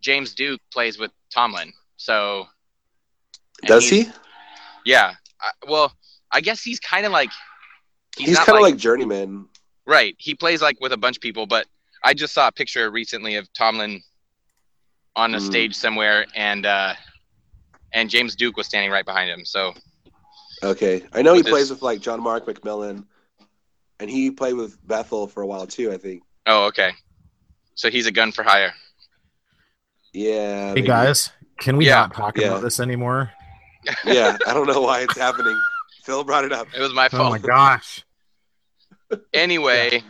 Speaker 2: James Duke plays with Tomlin, so and
Speaker 1: Does
Speaker 2: he's-
Speaker 1: he?
Speaker 2: Yeah. I, well, I guess he's kind of like
Speaker 1: He's,
Speaker 2: he's, not
Speaker 1: kind of
Speaker 2: like
Speaker 1: like, journeyman.
Speaker 2: Right. He plays like with a bunch of people, but I just saw a picture recently of Tomlin on a
Speaker 1: Mm.
Speaker 2: stage somewhere and uh and James Duke was standing right behind him. So
Speaker 1: Okay, I know he
Speaker 2: With his-
Speaker 1: plays with like John Mark McMillan, and he played with Bethel for a while too. I think.
Speaker 2: oh okay. So he's a gun for hire.
Speaker 1: Yeah.
Speaker 3: Hey
Speaker 1: maybe.
Speaker 3: guys, can we
Speaker 2: Yeah.
Speaker 3: not talk
Speaker 1: Yeah.
Speaker 3: about this anymore?
Speaker 1: Yeah, I don't know why it's happening. Phil brought it up.
Speaker 2: It was my
Speaker 3: Oh
Speaker 2: fault.
Speaker 3: my gosh.
Speaker 2: anyway,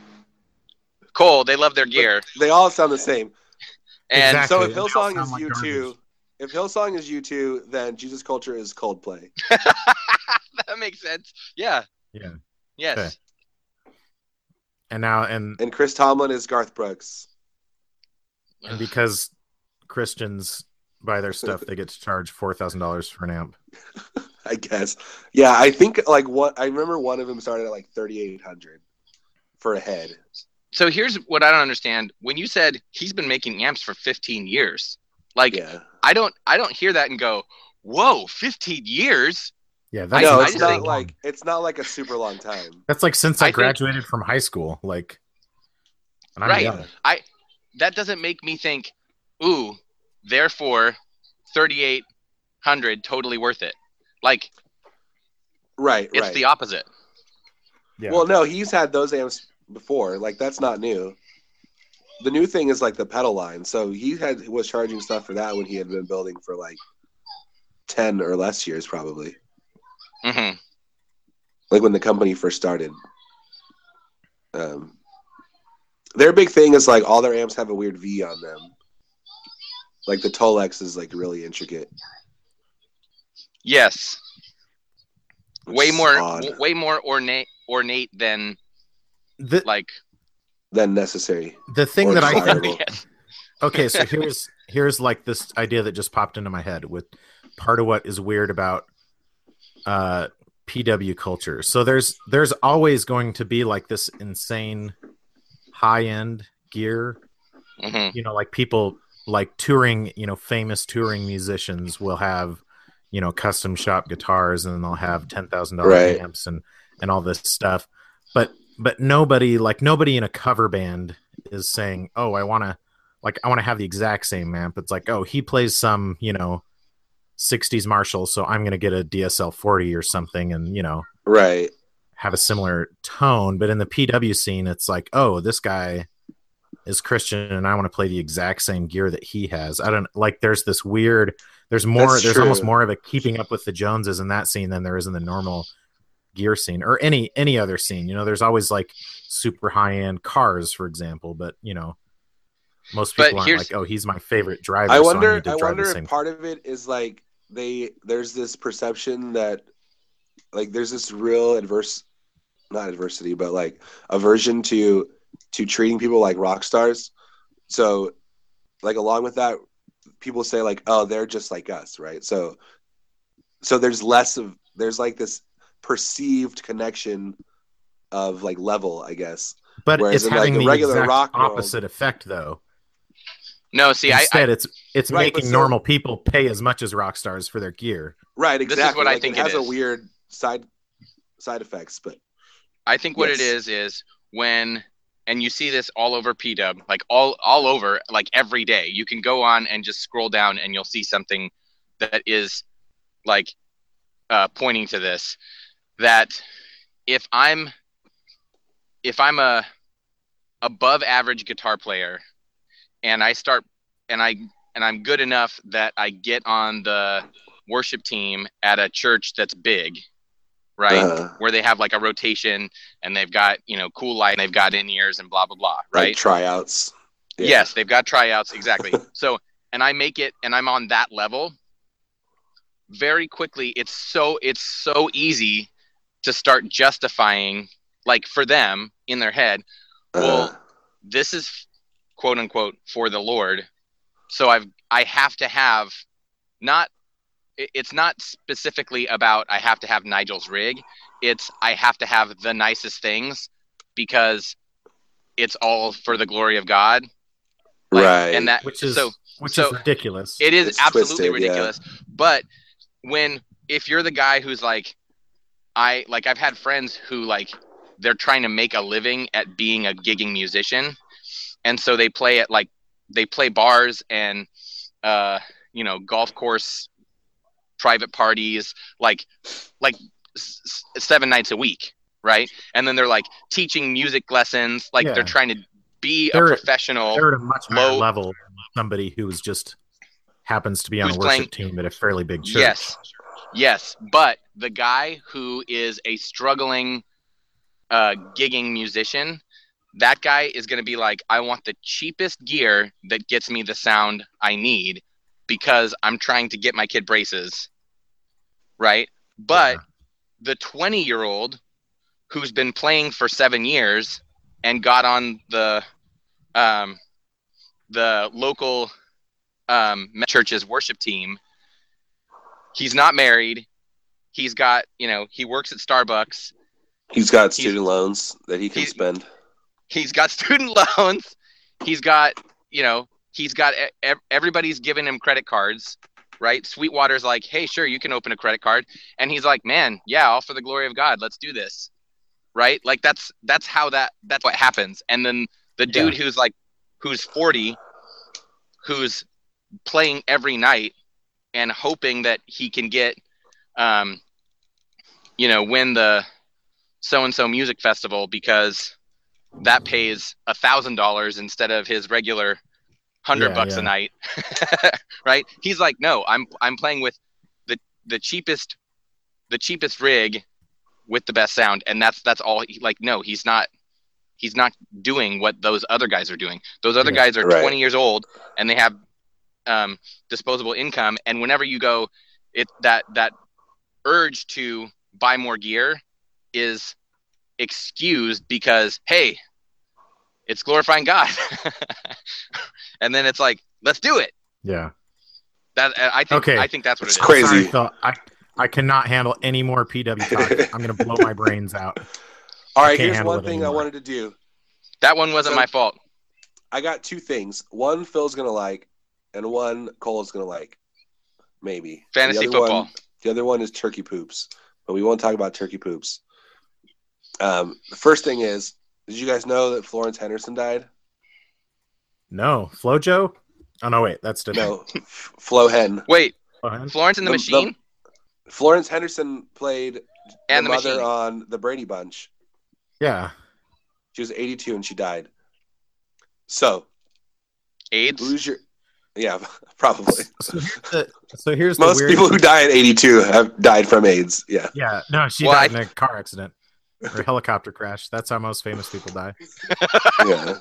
Speaker 2: Cole, they love their gear.
Speaker 1: They all sound the same.
Speaker 2: And
Speaker 3: Exactly.
Speaker 1: So if
Speaker 3: They all
Speaker 1: Hillsong
Speaker 3: sound
Speaker 1: is
Speaker 3: like
Speaker 1: you
Speaker 3: garbage.
Speaker 1: two, if Hillsong is you two, then Jesus Culture is Coldplay.
Speaker 2: that makes sense. Yeah.
Speaker 3: Yeah.
Speaker 2: Yes.
Speaker 3: Okay. And now and
Speaker 1: and Chris Tomlin is Garth Brooks.
Speaker 3: and because Christians buy their stuff, they get to charge four thousand dollars for an amp.
Speaker 1: I guess. Yeah, I think like what I remember one of them started at like thirty eight hundred for a head.
Speaker 2: So here's what I don't understand. When you said he's been making amps for 15 years, like
Speaker 1: Yeah.
Speaker 2: I don't I don't hear that and go, "Whoa, 15 years?"
Speaker 3: Yeah,
Speaker 2: I-
Speaker 3: that's
Speaker 1: no,
Speaker 2: I
Speaker 1: it's
Speaker 2: just
Speaker 1: not
Speaker 2: think-
Speaker 1: like it's not like a super long time.
Speaker 3: that's like since I,
Speaker 2: I think-
Speaker 3: graduated from high school, like and I'm
Speaker 2: Right.
Speaker 3: young.
Speaker 2: That doesn't make me think, "Ooh, therefore 3800 totally worth it." Like
Speaker 1: Right.
Speaker 2: it's
Speaker 1: right.
Speaker 2: the opposite.
Speaker 3: Yeah.
Speaker 1: Well, no, he's had those amps before. Like that's not new. The new thing is like the pedal line. So he had was charging stuff for that when he had been building for like ten or less years, probably.
Speaker 2: hmm
Speaker 1: Like when the company first started. Um, their big thing is like all their amps have a weird V on them. Like the Tolex is like really intricate.
Speaker 2: Yes,
Speaker 1: which
Speaker 2: way
Speaker 1: is
Speaker 2: more
Speaker 1: odd
Speaker 2: w- way more ornate ornate than
Speaker 3: the
Speaker 2: like
Speaker 1: than necessary.
Speaker 3: the thing
Speaker 1: or
Speaker 3: that I
Speaker 1: desirable.
Speaker 3: think
Speaker 2: yes.
Speaker 3: okay so here's here's like this idea that just popped into my head with part of what is weird about uh pw culture so there's there's always going to be like this insane high end gear
Speaker 2: Mhm.
Speaker 3: you know like people like touring you know famous touring musicians will have you know custom shop guitars and they'll have $10,000
Speaker 1: Right.
Speaker 3: amps and and all this stuff but but nobody like nobody in a cover band is saying oh I want to like I want to have the exact same amp it's like oh he plays some you know 60s Marshall so I'm going to get a DSL 40 or something and you know
Speaker 1: Right.
Speaker 3: have a similar tone, but in the PW scene, it's like, oh, this guy is Christian, and I want to play the exact same gear that he has. I don't like. There's this weird. There's more.
Speaker 1: That's
Speaker 3: there's
Speaker 1: true.
Speaker 3: almost more of a keeping up with the Joneses in that scene than there is in the normal gear scene or any any other scene. You know, there's always like super high end cars, for example, but you know, most
Speaker 2: But
Speaker 3: people aren't
Speaker 2: here's-
Speaker 3: like, oh, he's my favorite driver.
Speaker 1: I
Speaker 3: so
Speaker 1: wonder.
Speaker 3: need to
Speaker 1: I
Speaker 3: drive
Speaker 1: wonder
Speaker 3: the
Speaker 1: if
Speaker 3: same
Speaker 1: part of it is like they there's this perception that like there's this real adverse, not adversity, but like aversion to to treating people like rock stars. So, like along with that, people say like, oh, they're just like us, right? So, so there's less of there's like this perceived connection of like level, I guess.
Speaker 3: but
Speaker 1: whereas
Speaker 3: it's
Speaker 1: in, like,
Speaker 3: having
Speaker 1: the
Speaker 3: the
Speaker 1: regular
Speaker 3: exact
Speaker 1: rock world-
Speaker 3: opposite effect, though.
Speaker 2: No, see, I, I
Speaker 3: Instead, it's it's
Speaker 1: Right, but
Speaker 3: making
Speaker 1: so-
Speaker 3: normal people pay as much as rock stars for their gear.
Speaker 1: Right,
Speaker 2: This is
Speaker 1: exactly.
Speaker 2: what I
Speaker 1: Like,
Speaker 2: think
Speaker 1: it
Speaker 2: it
Speaker 1: has a
Speaker 2: is.
Speaker 1: weird side side effects, but
Speaker 2: I think what it
Speaker 1: Yes.
Speaker 2: is is when and you see this all over P Dub, like all all over, like every day. You can go on and just scroll down and you'll see something that is like uh, pointing to this. That if I'm if I'm a above average guitar player and I start and I and I'm good enough that I get on the worship team at a church that's big, right?
Speaker 1: Uh,
Speaker 2: where they have like a rotation and they've got you know cool light and they've got in ears and blah blah blah
Speaker 1: like
Speaker 2: right
Speaker 1: tryouts. Yeah.
Speaker 2: yes they've got tryouts exactly so and i make it and i'm on that level very quickly it's so it's so easy to start justifying like for them in their head
Speaker 1: Uh,
Speaker 2: Well, this is quote unquote for the lord so i've i have to have not it- it's not specifically about i have to have nigel's rig it's i have to have the nicest things because it's all for the glory of god Like,
Speaker 1: right.
Speaker 2: and that
Speaker 3: which is
Speaker 2: so
Speaker 3: which
Speaker 2: so-
Speaker 3: is ridiculous.
Speaker 2: it is
Speaker 1: It's
Speaker 2: absolutely
Speaker 1: twisted, yeah.
Speaker 2: ridiculous. But when if you're the guy who's like I like I've had friends who like they're trying to make a living at being a gigging musician and so they play at like they play bars and uh you know golf course private parties like like s- s- seven nights a week right and then they're like teaching music lessons like
Speaker 3: Yeah.
Speaker 2: they're trying to be a
Speaker 3: They're-
Speaker 2: professional
Speaker 3: They're at a much higher
Speaker 2: low-
Speaker 3: level than somebody who is just happens to be on
Speaker 2: Who's
Speaker 3: a worship
Speaker 2: playing-
Speaker 3: team at a fairly big church.
Speaker 2: Yes. Yes, but the guy who is a struggling uh, gigging musician, that guy is going to be like, I want the cheapest gear that gets me the sound I need because I'm trying to get my kid braces. Right? But
Speaker 3: Yeah.
Speaker 2: the 20 year old who's been playing for seven years and got on the um, the local um, church's worship team. He's not married. He's got you know he works at Starbucks.
Speaker 1: he's got
Speaker 2: he's-
Speaker 1: student loans that he can
Speaker 2: he-
Speaker 1: spend.
Speaker 2: He's got student loans. He's got you know he's got e- ev- everybody's giving him credit cards. Right, Sweetwater's like, hey, sure, you can open a credit card, and he's like, man, yeah, all for the glory of God, let's do this, right? Like that's that's how that that's what happens, and then the dude who's like, who's forty, who's playing every night and hoping that he can get, um, you know, win the so and so music festival because that pays a thousand dollars instead of his regular hundred
Speaker 3: Yeah,
Speaker 2: bucks
Speaker 3: yeah.
Speaker 2: a night, right? He's like, no, I'm I'm playing with the the cheapest the cheapest rig with the best sound, and that's that's all. He, like, no, he's not. He's not doing what those other guys are doing. Those other
Speaker 3: Yeah.
Speaker 2: guys are
Speaker 1: Right.
Speaker 2: 20 years old and they have um, disposable income. And whenever you go, it that that urge to buy more gear is excused because hey, it's glorifying God. and then it's like, let's do it.
Speaker 3: Yeah.
Speaker 2: That I think
Speaker 3: Okay.
Speaker 2: I think that's what
Speaker 1: It's
Speaker 2: it is.
Speaker 1: crazy.
Speaker 3: Sorry, Phil. I I cannot handle any more PW talk. I'm gonna blow my brains out.
Speaker 1: All
Speaker 3: I
Speaker 1: right,
Speaker 3: can't
Speaker 1: here's
Speaker 3: handle
Speaker 1: one
Speaker 3: it
Speaker 1: thing I
Speaker 3: anymore.
Speaker 1: wanted to do.
Speaker 2: That one wasn't
Speaker 1: So-
Speaker 2: my fault.
Speaker 1: I got two things. One Phil's gonna like, and one Cole's gonna like. Maybe
Speaker 2: Fantasy
Speaker 1: The other one-
Speaker 2: football.
Speaker 1: the other one is turkey poops, but we won't talk about turkey poops. Um, the first thing is, did you guys know that Florence Henderson died?
Speaker 3: No, Flojo. Oh no, wait, that's different.
Speaker 1: No, F- Flo Hen.
Speaker 2: Wait,
Speaker 3: Go ahead.
Speaker 2: Florence and the,
Speaker 1: The- the-
Speaker 2: Machine
Speaker 1: Florence Henderson played
Speaker 2: and
Speaker 1: the
Speaker 2: the,
Speaker 1: mother
Speaker 2: Machine.
Speaker 1: on the Brady Bunch.
Speaker 3: Yeah.
Speaker 1: She was 82 and she died. So
Speaker 2: AIDS.
Speaker 1: who's your? Yeah, probably.
Speaker 3: So here's the, so here's
Speaker 1: Most
Speaker 3: the weird.
Speaker 1: people who die at 82 have died from AIDS. Yeah.
Speaker 3: Yeah, no, she
Speaker 2: Well,
Speaker 3: died
Speaker 2: I-
Speaker 3: in a car accident or a helicopter crash. That's how most famous people die.
Speaker 1: yeah.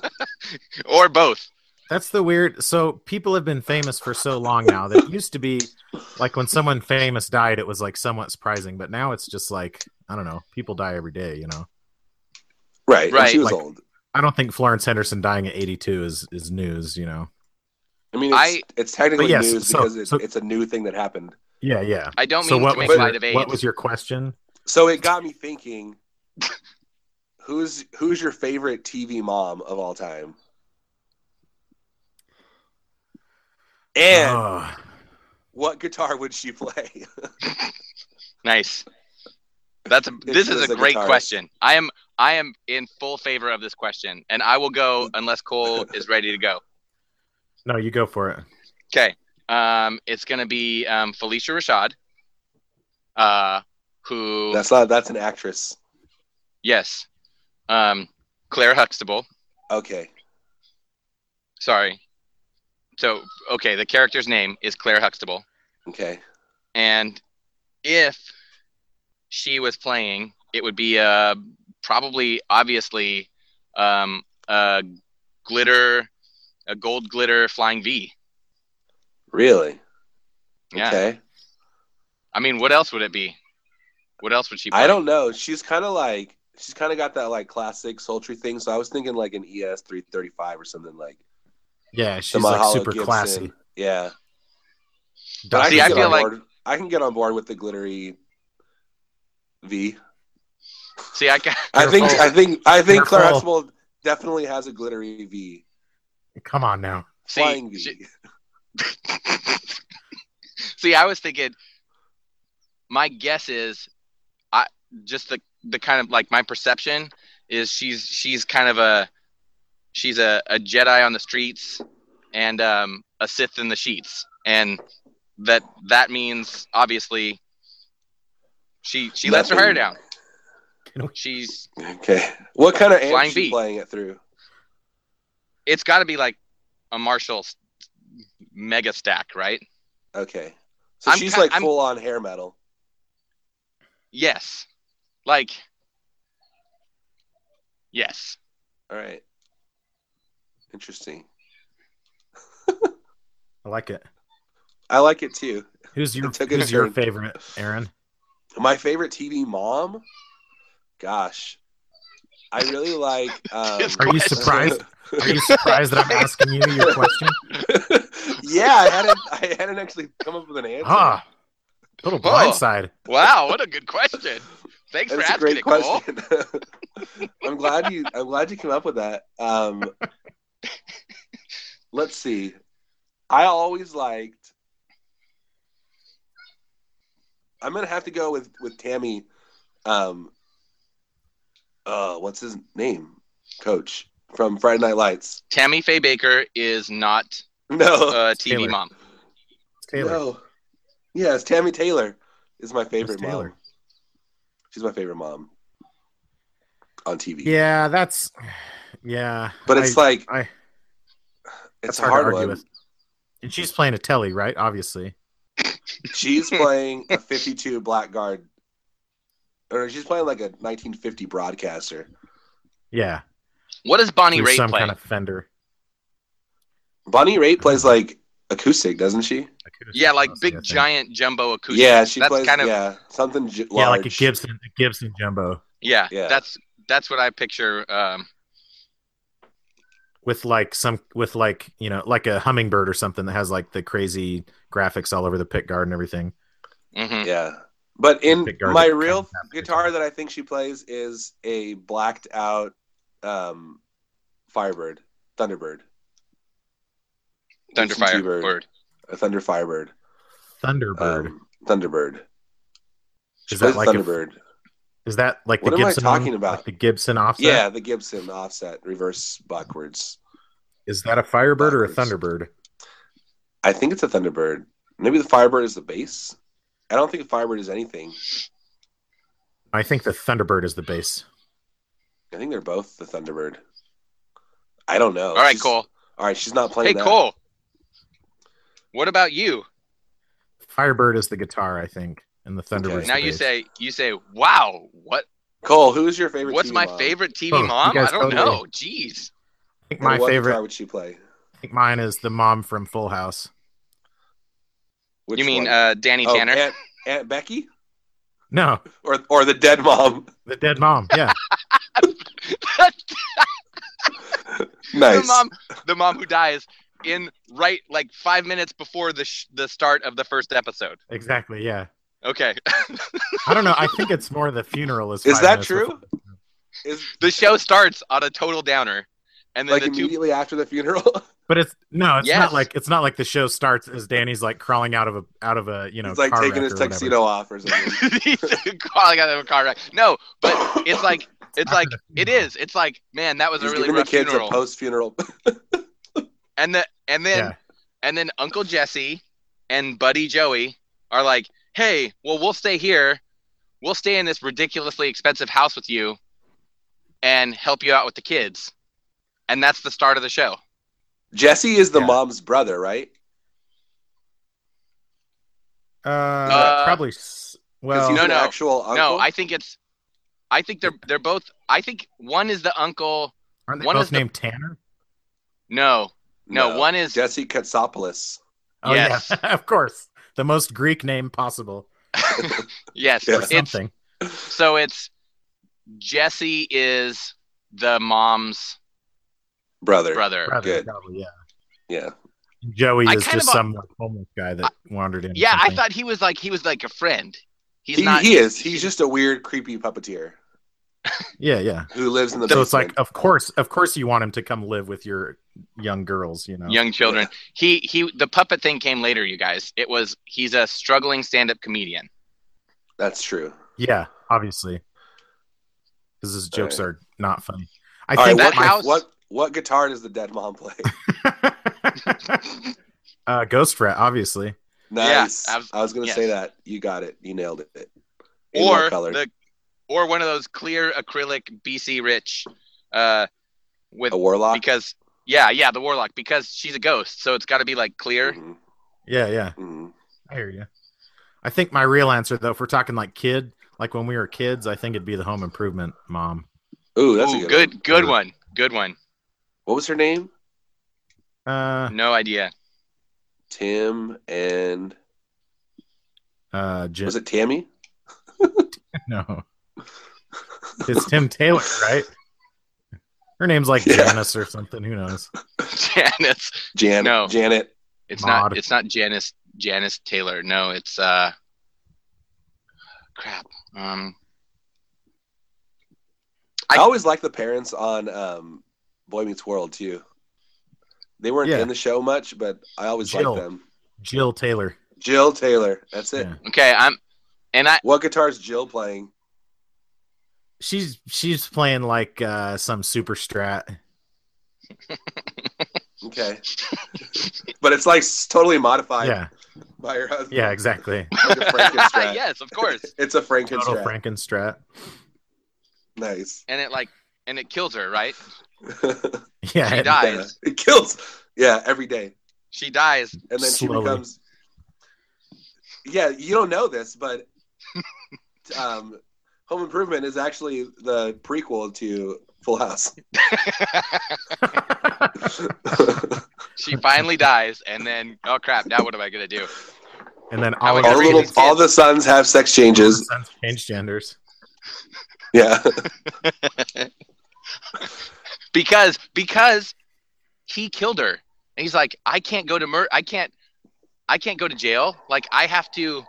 Speaker 2: Or both.
Speaker 3: That's the weird. So people have been famous for so long now that it used to be like when someone famous died, it was like somewhat surprising, but now it's just like I don't know. People die every day, you know.
Speaker 1: Right. and
Speaker 2: Right,
Speaker 1: she was
Speaker 3: like-
Speaker 1: old.
Speaker 3: I don't think Florence Henderson dying at 82 is is news, you know.
Speaker 1: I mean, it's,
Speaker 2: I-
Speaker 1: it's technically
Speaker 3: But yes,
Speaker 1: news
Speaker 3: so-
Speaker 1: because it,
Speaker 3: so-
Speaker 1: it's a new thing that happened.
Speaker 3: Yeah, yeah.
Speaker 2: I don't mean
Speaker 3: So what
Speaker 2: to make
Speaker 3: was, your,
Speaker 2: light of AIDS.
Speaker 3: what was your question?
Speaker 1: So it got me thinking. Who's who's your favorite TV mom of all time? And
Speaker 3: Oh,
Speaker 1: what guitar would she play?
Speaker 2: Nice. That's a, this
Speaker 1: was
Speaker 2: is a
Speaker 1: a
Speaker 2: great
Speaker 1: guitarist.
Speaker 2: question. I am I am in full favor of this question, and I will go unless Cole is ready to go.
Speaker 3: No, you go for it.
Speaker 2: Okay. Um, it's going to be um, Felicia Rashad, uh, who,
Speaker 1: That's not. That's an actress.
Speaker 2: yes, um, Claire Huxtable.
Speaker 1: Okay.
Speaker 2: Sorry. So, okay, the character's name is Claire Huxtable.
Speaker 1: Okay.
Speaker 2: And if she was playing, it would be uh, probably, obviously, um, a glitter, a gold glitter flying V.
Speaker 1: Really?
Speaker 2: Yeah.
Speaker 1: Okay.
Speaker 2: I mean, what else would it be? What else would she play?
Speaker 1: I don't know. She's kind of like she's kind of got that like classic sultry thing. So I was thinking like an ES three thirty five or something like.
Speaker 3: Yeah, she's
Speaker 1: the
Speaker 3: like
Speaker 1: Mahalo
Speaker 3: super
Speaker 1: Gibson.
Speaker 3: classy.
Speaker 1: Yeah.
Speaker 2: But
Speaker 1: can
Speaker 2: see, I
Speaker 1: get
Speaker 2: feel
Speaker 1: on
Speaker 2: like-
Speaker 1: board- I can get on board with the glittery V.
Speaker 2: See, I, ca-
Speaker 1: I think
Speaker 2: Careful.
Speaker 1: I think I think Claire
Speaker 3: Careful.
Speaker 1: Huxtable definitely has a glittery V.
Speaker 3: Come on now.
Speaker 2: see,
Speaker 1: flying V.
Speaker 2: she- see, I was thinking. My guess is, I just the the kind of like my perception is she's she's kind of a she's a, a Jedi on the streets and um, a Sith in the sheets, and that that means obviously she she lets her hair down.
Speaker 1: Nothing.
Speaker 2: She's
Speaker 1: Okay. What kind of amp
Speaker 2: Flying
Speaker 1: is she
Speaker 2: V.
Speaker 1: playing it through?
Speaker 2: it's got to be like a Marshall s- mega stack, right?
Speaker 1: Okay. So
Speaker 2: I'm
Speaker 1: she's
Speaker 2: ki-
Speaker 1: like
Speaker 2: I'm-
Speaker 1: full on hair metal.
Speaker 2: Yes. Like, yes.
Speaker 1: All right. Interesting.
Speaker 3: I like it.
Speaker 1: I like it too.
Speaker 3: Who's your
Speaker 1: took it
Speaker 3: who's your
Speaker 1: turn.
Speaker 3: favorite, Aaron?
Speaker 1: My favorite TV mom? Gosh. I really like um,
Speaker 2: It's
Speaker 3: Are you surprised? Are you surprised that I'm asking you your question?
Speaker 1: yeah, I hadn't I hadn't actually come up with an answer.
Speaker 3: Ah, little
Speaker 2: Whoa.
Speaker 3: blindside.
Speaker 2: Wow, what a good question. Thanks for
Speaker 1: That's a
Speaker 2: asking
Speaker 1: great
Speaker 2: it, Cole.
Speaker 1: question. I'm glad you. I'm glad you came up with that. Um, let's see. I always liked. I'm gonna have to go with with Tammy. Um, uh, what's his name? Coach from Friday Night Lights.
Speaker 2: Tammy Faye Baker is not
Speaker 1: No,
Speaker 2: a TV
Speaker 3: Oh, Taylor.
Speaker 2: mom.
Speaker 3: It's Taylor.
Speaker 1: no. Yes, Tammy Taylor is my favorite
Speaker 3: Taylor.
Speaker 1: mom. She's my favorite mom on TV.
Speaker 3: Yeah, that's yeah.
Speaker 1: But it's
Speaker 3: I-
Speaker 1: like
Speaker 3: I-
Speaker 1: it's
Speaker 3: that's
Speaker 1: a hard,
Speaker 3: to argue
Speaker 1: one.
Speaker 3: with. And she's playing a telly, right? Obviously.
Speaker 1: She's playing a 52 blackguard, or she's playing like a 1950 broadcaster.
Speaker 3: Yeah.
Speaker 2: What does Bonnie
Speaker 3: through
Speaker 2: Raitt
Speaker 3: some
Speaker 2: play?
Speaker 3: kind of fender.
Speaker 1: Bonnie Raitt plays like acoustic, doesn't she?
Speaker 2: yeah, like big
Speaker 3: Yeah,
Speaker 2: giant jumbo acoustic.
Speaker 1: Yeah, she
Speaker 2: That's
Speaker 1: plays
Speaker 2: kind of-
Speaker 1: yeah something j-
Speaker 3: Yeah,
Speaker 1: large.
Speaker 3: like a Gibson, a Gibson jumbo
Speaker 2: Yeah,
Speaker 1: Yeah.
Speaker 2: that's that's what I picture. Um,
Speaker 3: with like some with like you know like a hummingbird or something that has like the crazy graphics all over the pit guard and everything.
Speaker 2: mhm.
Speaker 1: Yeah, but in
Speaker 3: Big guard
Speaker 1: my
Speaker 3: that
Speaker 1: real
Speaker 3: comes after
Speaker 1: guitar
Speaker 3: you.
Speaker 1: that I think she plays is a blacked out um, Firebird, Thunderbird, It's a
Speaker 2: Thunderfire
Speaker 1: two-bird.
Speaker 2: word.
Speaker 1: a Thunder Firebird,
Speaker 3: Thunderbird
Speaker 1: um, Thunderbird. She
Speaker 3: Is that
Speaker 1: plays
Speaker 3: like a-
Speaker 1: Thunderbird.
Speaker 3: is that like
Speaker 1: what
Speaker 3: the
Speaker 1: am I
Speaker 3: Gibson?
Speaker 1: talking
Speaker 3: one?
Speaker 1: about?
Speaker 3: Like the Gibson offset.
Speaker 1: yeah, the Gibson offset, reverse backwards.
Speaker 3: Is that a Firebird or a
Speaker 1: Backwards.
Speaker 3: Thunderbird?
Speaker 1: I think it's a Thunderbird. Maybe the Firebird is the base. I don't think a Firebird is anything.
Speaker 3: I think the Thunderbird is the base.
Speaker 1: I think they're both the Thunderbird. I don't know.
Speaker 2: All
Speaker 1: Oh,
Speaker 2: right,
Speaker 1: She's-
Speaker 2: Cole.
Speaker 1: All right, she's not playing.
Speaker 2: Hey,
Speaker 1: that.
Speaker 2: Cole. What about you?
Speaker 3: Firebird is the guitar, I think, and the Thunderbird.
Speaker 1: It's
Speaker 2: now you say you say, "Wow, what
Speaker 1: Cole, who is your favorite?
Speaker 2: What's
Speaker 1: TV
Speaker 2: my
Speaker 1: mom?
Speaker 2: favorite TV
Speaker 3: Oh, you
Speaker 2: mom? I
Speaker 3: guys
Speaker 2: don't
Speaker 3: totally-
Speaker 2: know. Jeez.
Speaker 3: I think
Speaker 1: And
Speaker 3: my
Speaker 1: what
Speaker 3: favorite.
Speaker 1: guitar would she play?
Speaker 3: I think mine is the mom from Full House.
Speaker 1: Which
Speaker 2: you mean
Speaker 1: one?
Speaker 2: uh, Danny
Speaker 1: Oh,
Speaker 2: Tanner?
Speaker 1: Aunt, Aunt Becky,
Speaker 3: No,
Speaker 1: or or the dead mom?
Speaker 3: the dead mom. Yeah,
Speaker 1: Nice.
Speaker 2: the mom, the mom who dies in right like five minutes before the sh- the start of the first episode.
Speaker 3: exactly. Yeah,
Speaker 2: Okay,
Speaker 3: I don't know. I think it's more the funeral is.
Speaker 1: Is
Speaker 3: five
Speaker 1: that
Speaker 3: minutes
Speaker 1: true?
Speaker 3: before-
Speaker 1: Is
Speaker 2: the show starts on a total downer, and then
Speaker 1: like
Speaker 2: the two.
Speaker 1: immediately after the funeral?
Speaker 3: But it's no, it's
Speaker 2: Yes.
Speaker 3: not like it's not like the show starts as Danny's like crawling out of a out of a you know
Speaker 1: He's like
Speaker 3: car
Speaker 1: taking his
Speaker 3: wreck or whatever.
Speaker 1: tuxedo off or something.
Speaker 2: He's calling out of a car wreck. No, but it's like It's like it is. It's like man, that was
Speaker 1: He's
Speaker 2: a really
Speaker 1: giving the
Speaker 2: rough
Speaker 1: kids
Speaker 2: funeral.
Speaker 1: a post funeral.
Speaker 2: and the and then
Speaker 3: Yeah.
Speaker 2: and then Uncle Jesse and Buddy Joey are like, "Hey, well, we'll stay here. We'll stay in this ridiculously expensive house with you, and help you out with the kids." And that's the start of the show.
Speaker 1: Jesse is the
Speaker 3: Yeah.
Speaker 1: mom's brother, right?
Speaker 3: Uh,
Speaker 2: Uh,
Speaker 3: probably. s-
Speaker 1: 'Cause
Speaker 3: Well,
Speaker 1: he's
Speaker 2: No,
Speaker 1: an
Speaker 2: no.
Speaker 1: actual uncle.
Speaker 2: No, I think it's, I think they're they're both. I think one is the uncle.
Speaker 3: aren't they
Speaker 2: one
Speaker 3: both
Speaker 2: is the-
Speaker 3: named Tanner?
Speaker 2: No, no, one is
Speaker 1: Jesse Katsopoulos.
Speaker 3: Oh
Speaker 2: Yes.
Speaker 3: yeah, of course. The most Greek name possible
Speaker 2: yes.
Speaker 1: Yeah.
Speaker 3: or
Speaker 2: It's
Speaker 3: something.
Speaker 2: so it's Jesse is the mom's
Speaker 1: Brother.
Speaker 2: brother.
Speaker 3: Probably,
Speaker 1: Good.
Speaker 3: probably, yeah.
Speaker 1: Yeah.
Speaker 3: Joey
Speaker 2: I
Speaker 3: is
Speaker 2: kind
Speaker 3: just
Speaker 2: of-
Speaker 3: some homeless guy that wandered in. or
Speaker 2: Yeah, I
Speaker 3: something.
Speaker 2: thought he was like he was like a friend. He's
Speaker 1: he,
Speaker 2: not.
Speaker 1: he is. He's just a weird, creepy puppeteer
Speaker 3: Yeah, yeah.
Speaker 1: who lives in the
Speaker 3: So
Speaker 1: basement.
Speaker 3: it's like, uh, of course, of course, you want him to come live with your young girls. You know.
Speaker 2: young children. He he the puppet thing came later, you guys. It was he's a struggling stand up comedian.
Speaker 1: That's true.
Speaker 3: Yeah, obviously. Because his jokes are not funny. I
Speaker 1: All right,
Speaker 3: think
Speaker 2: that
Speaker 1: what,
Speaker 3: my-
Speaker 2: house-
Speaker 1: what what guitar does the dead mom play?
Speaker 3: uh, Ghost Rat, obviously.
Speaker 1: nice.
Speaker 2: Yeah, abs-
Speaker 1: I was gonna
Speaker 2: yes.
Speaker 1: say that. You got it. You nailed it.
Speaker 2: Or
Speaker 1: colored.
Speaker 2: the or one of those clear acrylic BC Rich uh with
Speaker 1: a warlock.
Speaker 2: because yeah, yeah, the warlock because she's a ghost, so it's got to be like clear.
Speaker 1: Mhm,
Speaker 3: Yeah, yeah.
Speaker 1: mhm.
Speaker 3: I hear you. I think my real answer, though, if we're talking like kid, like when we were kids, I think it'd be the Home Improvement mom.
Speaker 1: Ooh, that's a
Speaker 2: Ooh,
Speaker 1: good.
Speaker 2: good
Speaker 1: one.
Speaker 2: good, one. Good one.
Speaker 1: What was her name?
Speaker 3: Uh,
Speaker 2: No idea.
Speaker 1: Tim and
Speaker 3: uh, Jim,
Speaker 1: was it Tammy?
Speaker 3: no, it's Tim Taylor, right? Her name's like
Speaker 1: Yeah.
Speaker 3: Janice or something. Who knows?
Speaker 2: Janice.
Speaker 1: Jan.
Speaker 2: No.
Speaker 1: Janet.
Speaker 2: It's
Speaker 3: Maude.
Speaker 2: not it's not Janice Janice Taylor. No, it's uh crap. Um
Speaker 1: I,
Speaker 2: I-
Speaker 1: always like the parents on um, Boy Meets World too. They weren't
Speaker 3: Yeah.
Speaker 1: in the show much, but I always
Speaker 3: Jill.
Speaker 1: like them.
Speaker 3: Jill Taylor.
Speaker 1: Jill Taylor. That's it.
Speaker 3: Yeah.
Speaker 2: okay, I'm and I
Speaker 1: What guitar is Jill playing?
Speaker 3: She's she's playing like uh, some super strat.
Speaker 1: Okay. but it's like s- totally modified
Speaker 3: Yeah,
Speaker 1: by her husband.
Speaker 3: yeah, exactly.
Speaker 1: Like a Frankenstrat.
Speaker 2: yes, of course.
Speaker 1: It's a
Speaker 3: Total
Speaker 1: Frankenstrat.
Speaker 3: Frankenstrat.
Speaker 1: nice.
Speaker 2: And it like and it kills her, right?
Speaker 3: Yeah,
Speaker 2: She
Speaker 3: it-
Speaker 2: dies.
Speaker 1: it kills. Yeah, every day.
Speaker 2: She dies.
Speaker 1: And then
Speaker 3: Slowly.
Speaker 1: she becomes Yeah, you don't know this, but um Home Improvement is actually the prequel to Full House.
Speaker 2: She finally dies and then oh crap, now what am I gonna do?
Speaker 3: and then
Speaker 2: I
Speaker 3: all
Speaker 2: would
Speaker 3: of
Speaker 2: never
Speaker 1: all
Speaker 3: her
Speaker 1: little
Speaker 2: these
Speaker 1: all
Speaker 2: kids.
Speaker 1: the sons have sex
Speaker 3: sons
Speaker 1: changes.
Speaker 3: change genders.
Speaker 1: Yeah.
Speaker 2: Because because he killed her. And he's like, I can't go to mur I can't I can't go to jail. Like I have to
Speaker 3: So
Speaker 2: I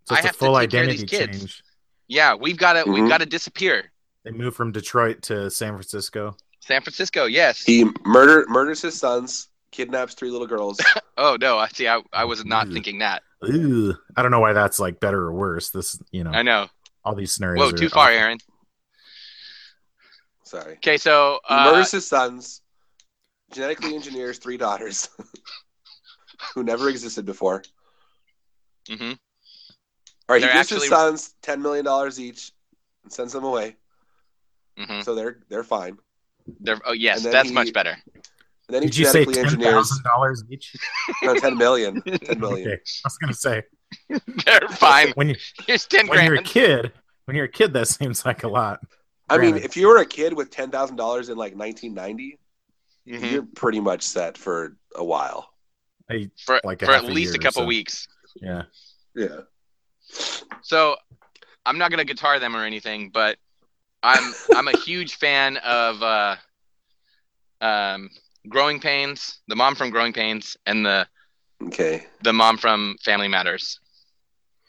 Speaker 3: it's a
Speaker 2: have to
Speaker 3: full
Speaker 2: take care of
Speaker 3: identity
Speaker 2: these kids.
Speaker 3: change.
Speaker 2: yeah, we've gotta
Speaker 1: Mhm.
Speaker 2: we've gotta disappear.
Speaker 3: They move from Detroit to San Francisco.
Speaker 2: San Francisco, yes.
Speaker 1: He murder murders his sons, kidnaps three little girls.
Speaker 2: Oh no, I see. I, I was not
Speaker 3: Ooh.
Speaker 2: thinking that.
Speaker 3: Ooh, I don't know why that's like better or worse. This, you know,
Speaker 2: I know.
Speaker 3: all these scenarios.
Speaker 2: Whoa,
Speaker 3: are
Speaker 2: too far,
Speaker 3: awful.
Speaker 2: Aaron.
Speaker 1: Sorry.
Speaker 2: Okay, so
Speaker 1: He
Speaker 2: uh,
Speaker 1: murders his sons, genetically engineers three daughters who never existed before.
Speaker 2: mhm.
Speaker 1: All right, he
Speaker 2: They're
Speaker 1: gives
Speaker 2: actually-
Speaker 1: his sons ten million dollars each and sends them away,
Speaker 2: Mhm.
Speaker 1: so they're they're fine.
Speaker 2: They're- oh yes,
Speaker 1: And then
Speaker 2: that's
Speaker 1: he-
Speaker 2: much better.
Speaker 1: And then he
Speaker 3: Did you say
Speaker 1: genetically
Speaker 3: ten
Speaker 1: engineers
Speaker 3: thousand dollars each?
Speaker 1: no, ten million. Ten million.
Speaker 3: Okay, I was gonna say
Speaker 2: They're fine.
Speaker 3: when you
Speaker 2: Here's ten
Speaker 3: when you're a
Speaker 2: grand.
Speaker 3: kid, when you're a kid, that seems like a lot.
Speaker 1: I mean,
Speaker 3: Granted.
Speaker 1: if you were a kid with ten thousand dollars in like nineteen
Speaker 2: Mhm.
Speaker 1: you're pretty much set for a while.
Speaker 3: Hey,
Speaker 2: for
Speaker 3: like a
Speaker 2: for
Speaker 3: half
Speaker 2: at
Speaker 3: a
Speaker 2: least
Speaker 3: year
Speaker 2: a
Speaker 3: or
Speaker 2: couple
Speaker 3: so.
Speaker 2: weeks.
Speaker 3: yeah,
Speaker 1: Yeah.
Speaker 2: So I'm not gonna guitar them or anything, but I'm I'm a huge fan of uh, um, Growing Pains, the mom from Growing Pains, and the
Speaker 1: Okay.
Speaker 2: the mom from Family Matters.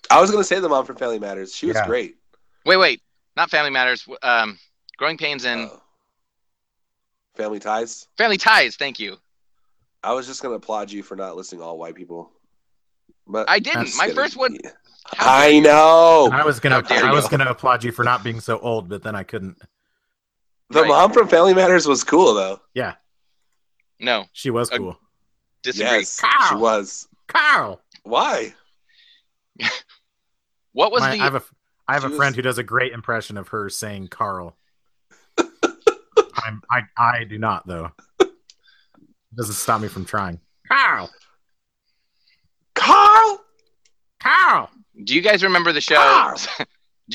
Speaker 1: I was gonna say the mom from Family Matters. She was
Speaker 3: Yeah.
Speaker 1: great.
Speaker 2: Wait, wait, not Family Matters. w- Um, Growing Pains and
Speaker 1: Uh, family ties.
Speaker 2: Family Ties. Thank you.
Speaker 1: I was just gonna applaud you for not listing all white people. But
Speaker 2: I didn't.
Speaker 3: That's
Speaker 2: My
Speaker 1: Kidding.
Speaker 2: first one.
Speaker 1: Yeah. I know.
Speaker 3: And I was gonna
Speaker 2: How dare
Speaker 3: I was
Speaker 2: you.
Speaker 3: gonna applaud you for not being so old, but then I couldn't.
Speaker 1: The
Speaker 2: Right.
Speaker 1: mom from Family Matters was cool though.
Speaker 2: No,
Speaker 3: She was
Speaker 2: Ag-
Speaker 3: cool.
Speaker 2: disagree.
Speaker 1: Yes,
Speaker 3: Cow.
Speaker 1: she was.
Speaker 3: Carl,
Speaker 1: Why?
Speaker 2: What was
Speaker 3: My- I
Speaker 2: the
Speaker 3: have a I have
Speaker 1: she
Speaker 3: a
Speaker 1: was-
Speaker 3: friend who does a great impression of her saying Carl. I'm, I I do not though. doesn't stop me from trying. Carl,
Speaker 1: Carl.
Speaker 3: Carl.
Speaker 2: Do you guys remember the show?
Speaker 1: Ah!
Speaker 2: Do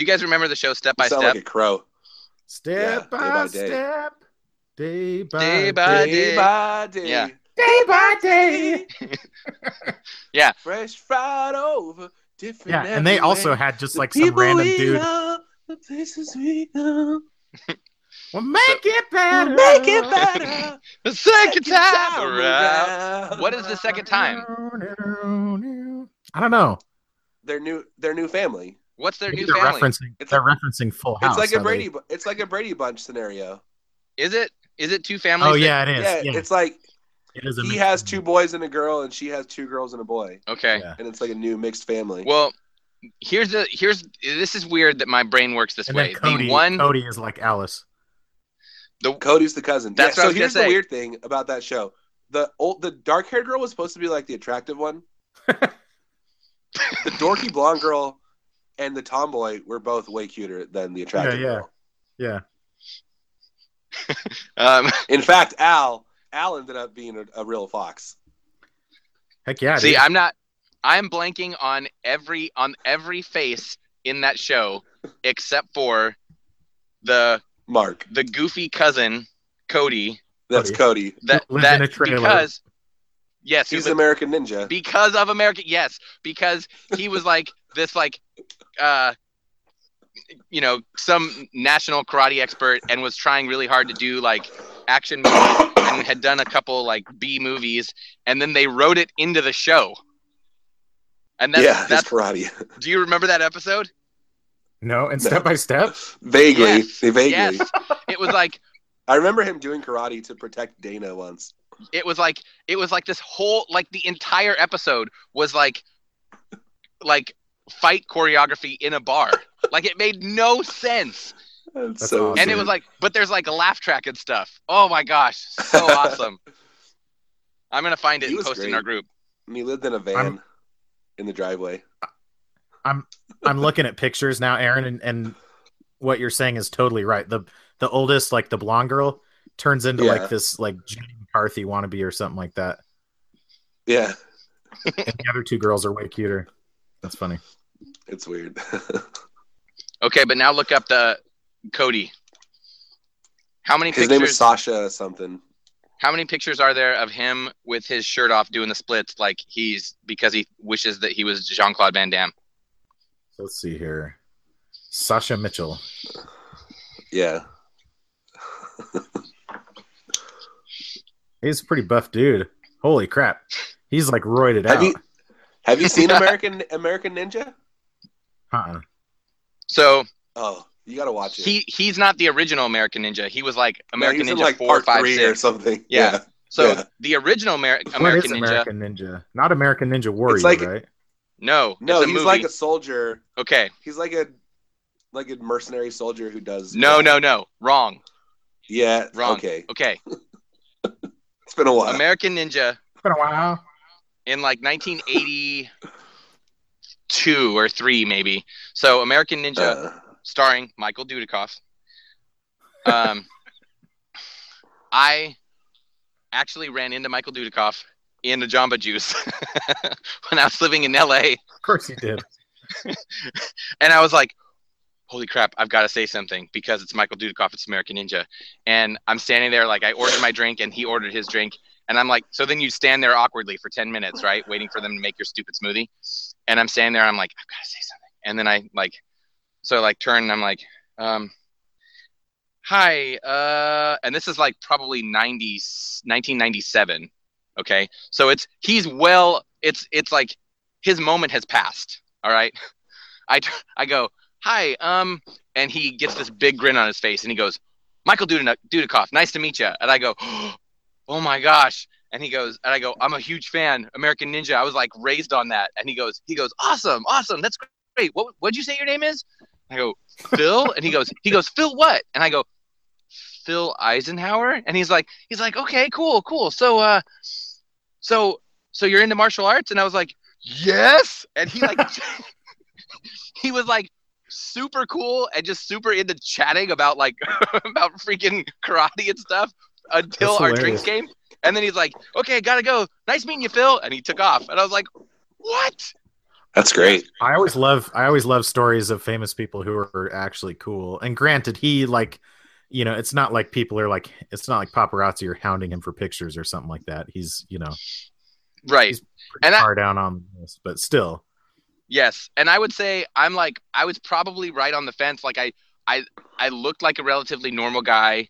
Speaker 2: you guys remember the show Step
Speaker 1: You
Speaker 2: by
Speaker 1: sound
Speaker 2: Step?
Speaker 1: like a crow. Yeah,
Speaker 3: Step
Speaker 1: day
Speaker 3: by,
Speaker 1: by day.
Speaker 3: step, day by
Speaker 2: Day
Speaker 3: day
Speaker 2: by-
Speaker 3: by
Speaker 2: I did.
Speaker 1: by day.
Speaker 2: Yeah.
Speaker 3: day by day.
Speaker 2: Yeah.
Speaker 1: Fresh fried over. Different.
Speaker 3: Yeah, and they
Speaker 1: everywhere.
Speaker 3: also had just
Speaker 1: The
Speaker 3: like some
Speaker 1: people
Speaker 3: random
Speaker 1: we
Speaker 3: dude.
Speaker 1: love, the places we go.
Speaker 3: Well, make it better.
Speaker 1: Make it better.
Speaker 2: the second
Speaker 1: Second time
Speaker 2: time around.
Speaker 1: around.
Speaker 2: What is the second time?
Speaker 3: I don't know.
Speaker 1: Their new their new family.
Speaker 2: What's their
Speaker 3: Maybe
Speaker 2: new
Speaker 3: they're
Speaker 2: family?
Speaker 3: referencing.
Speaker 1: It's-
Speaker 3: they're referencing Full
Speaker 1: It's
Speaker 3: House.
Speaker 1: like a
Speaker 3: are
Speaker 1: Brady.
Speaker 3: they?
Speaker 1: Bu- It's like a Brady Bunch scenario.
Speaker 2: Is it? Is it two families?
Speaker 3: Oh
Speaker 2: that-
Speaker 3: yeah, it is.
Speaker 1: Yeah,
Speaker 3: Yeah,
Speaker 1: it's like
Speaker 3: it is. A
Speaker 1: he
Speaker 3: mix-
Speaker 1: has two boys and a girl, and she has two girls and a boy,
Speaker 2: okay.
Speaker 3: Yeah.
Speaker 1: and it's like a new mixed family.
Speaker 2: Well, here's the here's this is weird that my brain works this
Speaker 3: And
Speaker 2: way.
Speaker 3: then Cody.
Speaker 2: the one
Speaker 3: Cody is like Alice.
Speaker 2: the
Speaker 1: Cody's the cousin.
Speaker 2: That's
Speaker 1: yeah,
Speaker 2: what I
Speaker 1: so
Speaker 2: was gonna
Speaker 1: here's
Speaker 2: say.
Speaker 1: the weird thing about that show. The old the dark haired girl was supposed to be like the attractive one. the dorky blonde girl and the tomboy were both way cuter than the attractive
Speaker 3: Yeah, yeah.
Speaker 1: girl.
Speaker 3: Yeah.
Speaker 2: um,
Speaker 1: In fact, Al Al ended up being a, a real fox.
Speaker 3: Heck yeah.
Speaker 2: see,
Speaker 3: dude.
Speaker 2: I'm not. I'm blanking on every on every face in that show except for the
Speaker 1: Mark.
Speaker 2: the goofy cousin Cody.
Speaker 3: Oh,
Speaker 1: That's Cody.
Speaker 2: That
Speaker 3: Who lived
Speaker 2: that
Speaker 3: in a trailer.
Speaker 2: because yes, who
Speaker 1: He's
Speaker 2: lived-
Speaker 1: an American ninja.
Speaker 2: because of America. Yes, because he was like this, like, uh, you know, some national karate expert, and was trying really hard to do like action movies, and had done a couple like B movies, and then they wrote it into the show. And that's,
Speaker 1: yeah, that's
Speaker 2: that's
Speaker 1: karate.
Speaker 2: do you remember that episode?
Speaker 3: no, and
Speaker 1: No.
Speaker 3: step by step.
Speaker 1: Vaguely.
Speaker 2: Yes,
Speaker 1: Vaguely.
Speaker 2: Yes, it was like
Speaker 1: I remember him doing karate to protect Dana once.
Speaker 2: it was like it was like this whole like the entire episode was like like fight choreography in a bar like it made no sense
Speaker 1: That's,
Speaker 3: That's
Speaker 1: so
Speaker 3: awesome.
Speaker 2: and it
Speaker 1: weird.
Speaker 2: was like but there's like a laugh track and stuff oh my gosh so awesome i'm gonna find it
Speaker 1: He
Speaker 2: and
Speaker 1: was
Speaker 2: post it in
Speaker 1: great.
Speaker 2: our group
Speaker 1: and he lived in a van
Speaker 3: I'm-
Speaker 1: in the driveway.
Speaker 3: I'm looking at pictures now, Aaron, and, and what you're saying is totally right. The the oldest, like the blonde girl, turns into
Speaker 1: Yeah.
Speaker 3: like this like Jenny McCarthy wannabe or something like that.
Speaker 1: Yeah,
Speaker 3: And the other two girls are way cuter. That's funny.
Speaker 1: it's weird.
Speaker 2: okay but now look up the cody how many
Speaker 1: His
Speaker 2: pictures
Speaker 1: name is Sasha something.
Speaker 2: how many pictures are there of him with his shirt off doing the splits like he's because he wishes that he was jean-claude van damme
Speaker 3: So let's see here. Sasha Mitchell.
Speaker 1: Yeah.
Speaker 3: He's a pretty buff dude. Holy crap. He's like roided
Speaker 1: Have
Speaker 3: out.
Speaker 1: you have you seen American American Ninja?
Speaker 3: uh-uh.
Speaker 2: so
Speaker 1: Oh, you gotta watch it.
Speaker 2: he he's not the original American Ninja. He was like
Speaker 1: No,
Speaker 2: American
Speaker 1: he's in,
Speaker 2: Ninja four,
Speaker 1: part
Speaker 2: five, six.
Speaker 1: three or something.
Speaker 2: Yeah. So
Speaker 1: yeah.
Speaker 2: the original Ameri-
Speaker 3: What is
Speaker 2: American Ninja.
Speaker 3: American Ninja? Not American Ninja Warrior,
Speaker 1: like-
Speaker 3: right?
Speaker 2: No,
Speaker 1: No,
Speaker 2: it's a
Speaker 1: he's
Speaker 2: movie.
Speaker 1: like a soldier.
Speaker 2: okay.
Speaker 1: He's like a like a mercenary soldier who does.
Speaker 2: No, no, no. Wrong.
Speaker 1: Yeah.
Speaker 2: Wrong.
Speaker 1: Okay.
Speaker 2: Okay.
Speaker 1: It's been a while.
Speaker 2: American Ninja
Speaker 3: It's been a while.
Speaker 2: in like 1982 or three maybe. So American Ninja
Speaker 1: Uh,
Speaker 2: starring Michael Dudikoff. Um, I actually ran into Michael Dudikoff in a Jamba Juice when I was living in LA.
Speaker 3: Of course he did.
Speaker 2: and I was like, "Holy crap! I've got to say something because it's Michael Dudikoff, it's American Ninja." And I'm standing there like I ordered my drink and he ordered his drink, and I'm like, "So then you stand there awkwardly for ten minutes, right, waiting for them to make your stupid smoothie?" And I'm standing there, I'm like, "I've got to say something," and then I like, so I like turn and I'm like, um. Hi, uh, and this is like probably 90, 1997. Okay, so it's he's well, it's it's like his moment has passed. All right, I, t- I go, hi, um, and he gets this big grin on his face and he goes, Michael Dudin- Dudikoff, nice to meet you. And I go, oh my gosh. And he goes, and I go, I'm a huge fan, American Ninja. I was like raised on that. And he goes, he goes, awesome, awesome, that's wait, what what'd you say your name is? I go, Phil, and he goes, he goes, Phil what? And I go, Phil Eisenhower, and he's like, he's like, okay, cool, cool. So, uh, so, so you're into martial arts? And I was like, yes. And he like, he was like super cool and just super into chatting about like about freaking karate and stuff until
Speaker 4: That's
Speaker 2: our
Speaker 4: hilarious.
Speaker 2: drinks game. And then he's like, okay, gotta go. Nice meeting you, Phil. And he took off, and I was like, what?
Speaker 1: That's great.
Speaker 3: I always love I always love stories of famous people who are actually cool. And granted, he like you know, it's not like people are like it's not like paparazzi are hounding him for pictures or something like that. He's you know
Speaker 2: Right.
Speaker 3: and
Speaker 2: And I-
Speaker 3: far down on this, but still.
Speaker 2: Yes, and I would say I'm like I was probably right on the fence. Like I, I, I looked like a relatively normal guy.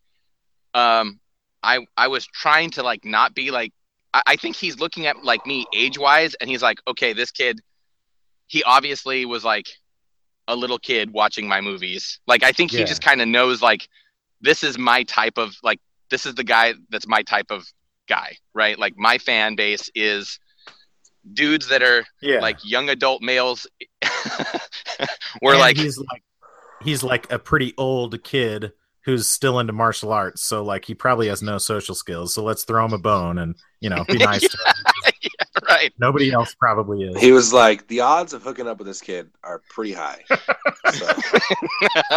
Speaker 2: Um, I I was trying to like not be like I, I think he's looking at like me age wise, and he's like, okay, this kid, he obviously was like a little kid watching my movies. Like I think he
Speaker 3: Yeah.
Speaker 2: just kind of knows like this is my type of like this is the guy that's my type of guy, right? Like my fan base is dudes that are
Speaker 3: Yeah.
Speaker 2: like young adult males were
Speaker 3: And
Speaker 2: like
Speaker 3: he's like he's like a pretty old kid who's still into martial arts, so like he probably has no social skills. So let's throw him a bone and you know, be nice to him.
Speaker 2: right
Speaker 3: Nobody else probably is.
Speaker 1: He was like, the odds of hooking up with this kid are pretty high. So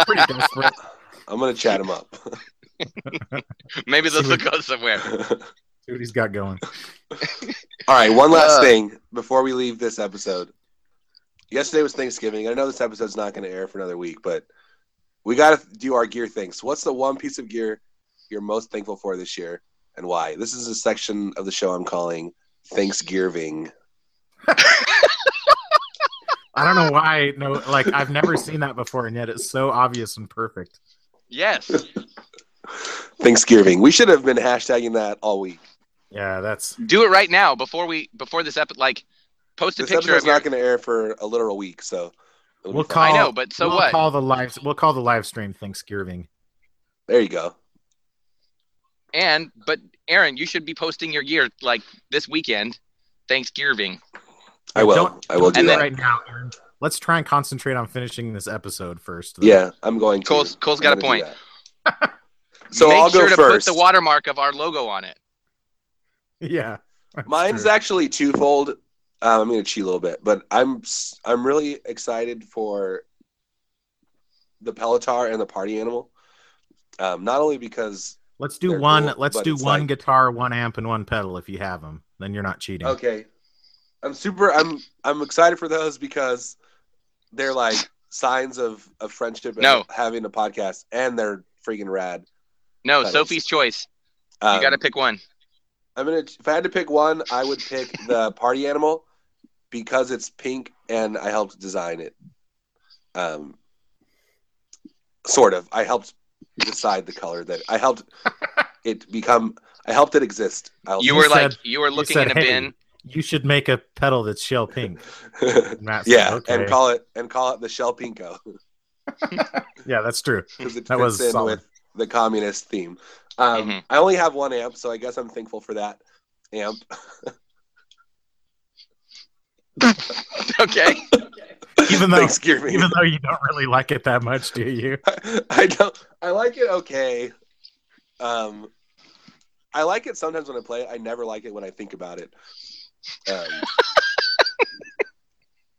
Speaker 3: pretty desperate.
Speaker 1: I'm gonna chat him up.
Speaker 2: maybe this will
Speaker 3: See what-
Speaker 2: go somewhere
Speaker 3: See what he's got going.
Speaker 1: All right, one last
Speaker 2: Uh.
Speaker 1: thing before we leave this episode. Yesterday was Thanksgiving. I know this episode's not going to air for another week, but we got to do our gear thing. So, what's the one piece of gear you're most thankful for this year and why? This is a section of the show I'm calling Thanksgiving.
Speaker 3: I don't know why. No, like I've never seen that before, and yet it's so obvious and perfect.
Speaker 2: yes
Speaker 1: Thanksgiving. We should have been hashtagging that all week.
Speaker 3: Yeah, that's
Speaker 2: do it right now before we before this episode like post a
Speaker 1: This
Speaker 2: picture
Speaker 1: episode's
Speaker 2: of your
Speaker 1: not going to air for a literal week, so it'll be
Speaker 3: We'll
Speaker 1: fine.
Speaker 3: call-
Speaker 2: i know but so
Speaker 3: we'll
Speaker 2: what
Speaker 3: Call the live. We'll call the live stream Thanksgiving.
Speaker 1: There you go.
Speaker 2: and but aaron you should be posting your gear like this weekend thanksgiving
Speaker 1: I will.
Speaker 3: Don't-
Speaker 1: I will do
Speaker 2: and
Speaker 1: that.
Speaker 2: then-
Speaker 3: right now. Aaron. Let's try and concentrate on finishing this episode first. though.
Speaker 1: yeah, I'm going to.
Speaker 2: cole's cole's
Speaker 1: I'm
Speaker 2: got
Speaker 1: gonna
Speaker 2: a
Speaker 1: do
Speaker 2: point
Speaker 1: that. so
Speaker 2: make
Speaker 1: I'll
Speaker 2: sure
Speaker 1: go
Speaker 2: to
Speaker 1: first.
Speaker 2: put the watermark of our logo on it
Speaker 3: yeah. That's
Speaker 1: Mine's
Speaker 3: true.
Speaker 1: actually twofold. Um, I'm gonna cheat a little bit, but I'm s- I'm really excited for the Pelotar and the Party Animal. Um, not only because
Speaker 3: Let's do
Speaker 1: they're
Speaker 3: one.
Speaker 1: cool,
Speaker 3: let's
Speaker 1: but
Speaker 3: do
Speaker 1: it's
Speaker 3: one
Speaker 1: like-
Speaker 3: guitar, one amp, and one pedal. If you have them, then you're not cheating.
Speaker 1: okay, I'm super I'm I'm excited for those because they're like signs of of friendship and
Speaker 2: No.
Speaker 1: having a podcast, and they're freaking rad.
Speaker 2: no
Speaker 1: That is-
Speaker 2: sophie's choice
Speaker 1: Um,
Speaker 2: you gotta pick one
Speaker 1: I'm gonna. If I had to pick one, I would pick the party animal because it's pink and I helped design it. Um, sort of. I helped decide the color that I helped it become. I helped it exist. I
Speaker 2: you
Speaker 3: you
Speaker 2: were like
Speaker 3: said-
Speaker 2: you were
Speaker 3: you
Speaker 2: looking
Speaker 3: said,
Speaker 2: in a
Speaker 3: "Hey."
Speaker 2: bin
Speaker 3: You should make a pedal that's shell pink. And Matt said,
Speaker 1: yeah,
Speaker 3: okay.
Speaker 1: and call it and call it the Shell Pinko
Speaker 3: yeah, that's true.
Speaker 1: because it
Speaker 3: That
Speaker 1: fits
Speaker 3: was
Speaker 1: in
Speaker 3: solid.
Speaker 1: with the communist theme. Um,
Speaker 2: Mhm.
Speaker 1: I only have one amp, so I guess I'm thankful for that amp.
Speaker 2: okay
Speaker 3: Even though-
Speaker 1: Thanks, Gearman.
Speaker 3: Even though you don't really like it that much, do you?
Speaker 1: I don't. I like it okay. Um, I like it sometimes when I play it. I never like it when I think about it. Um,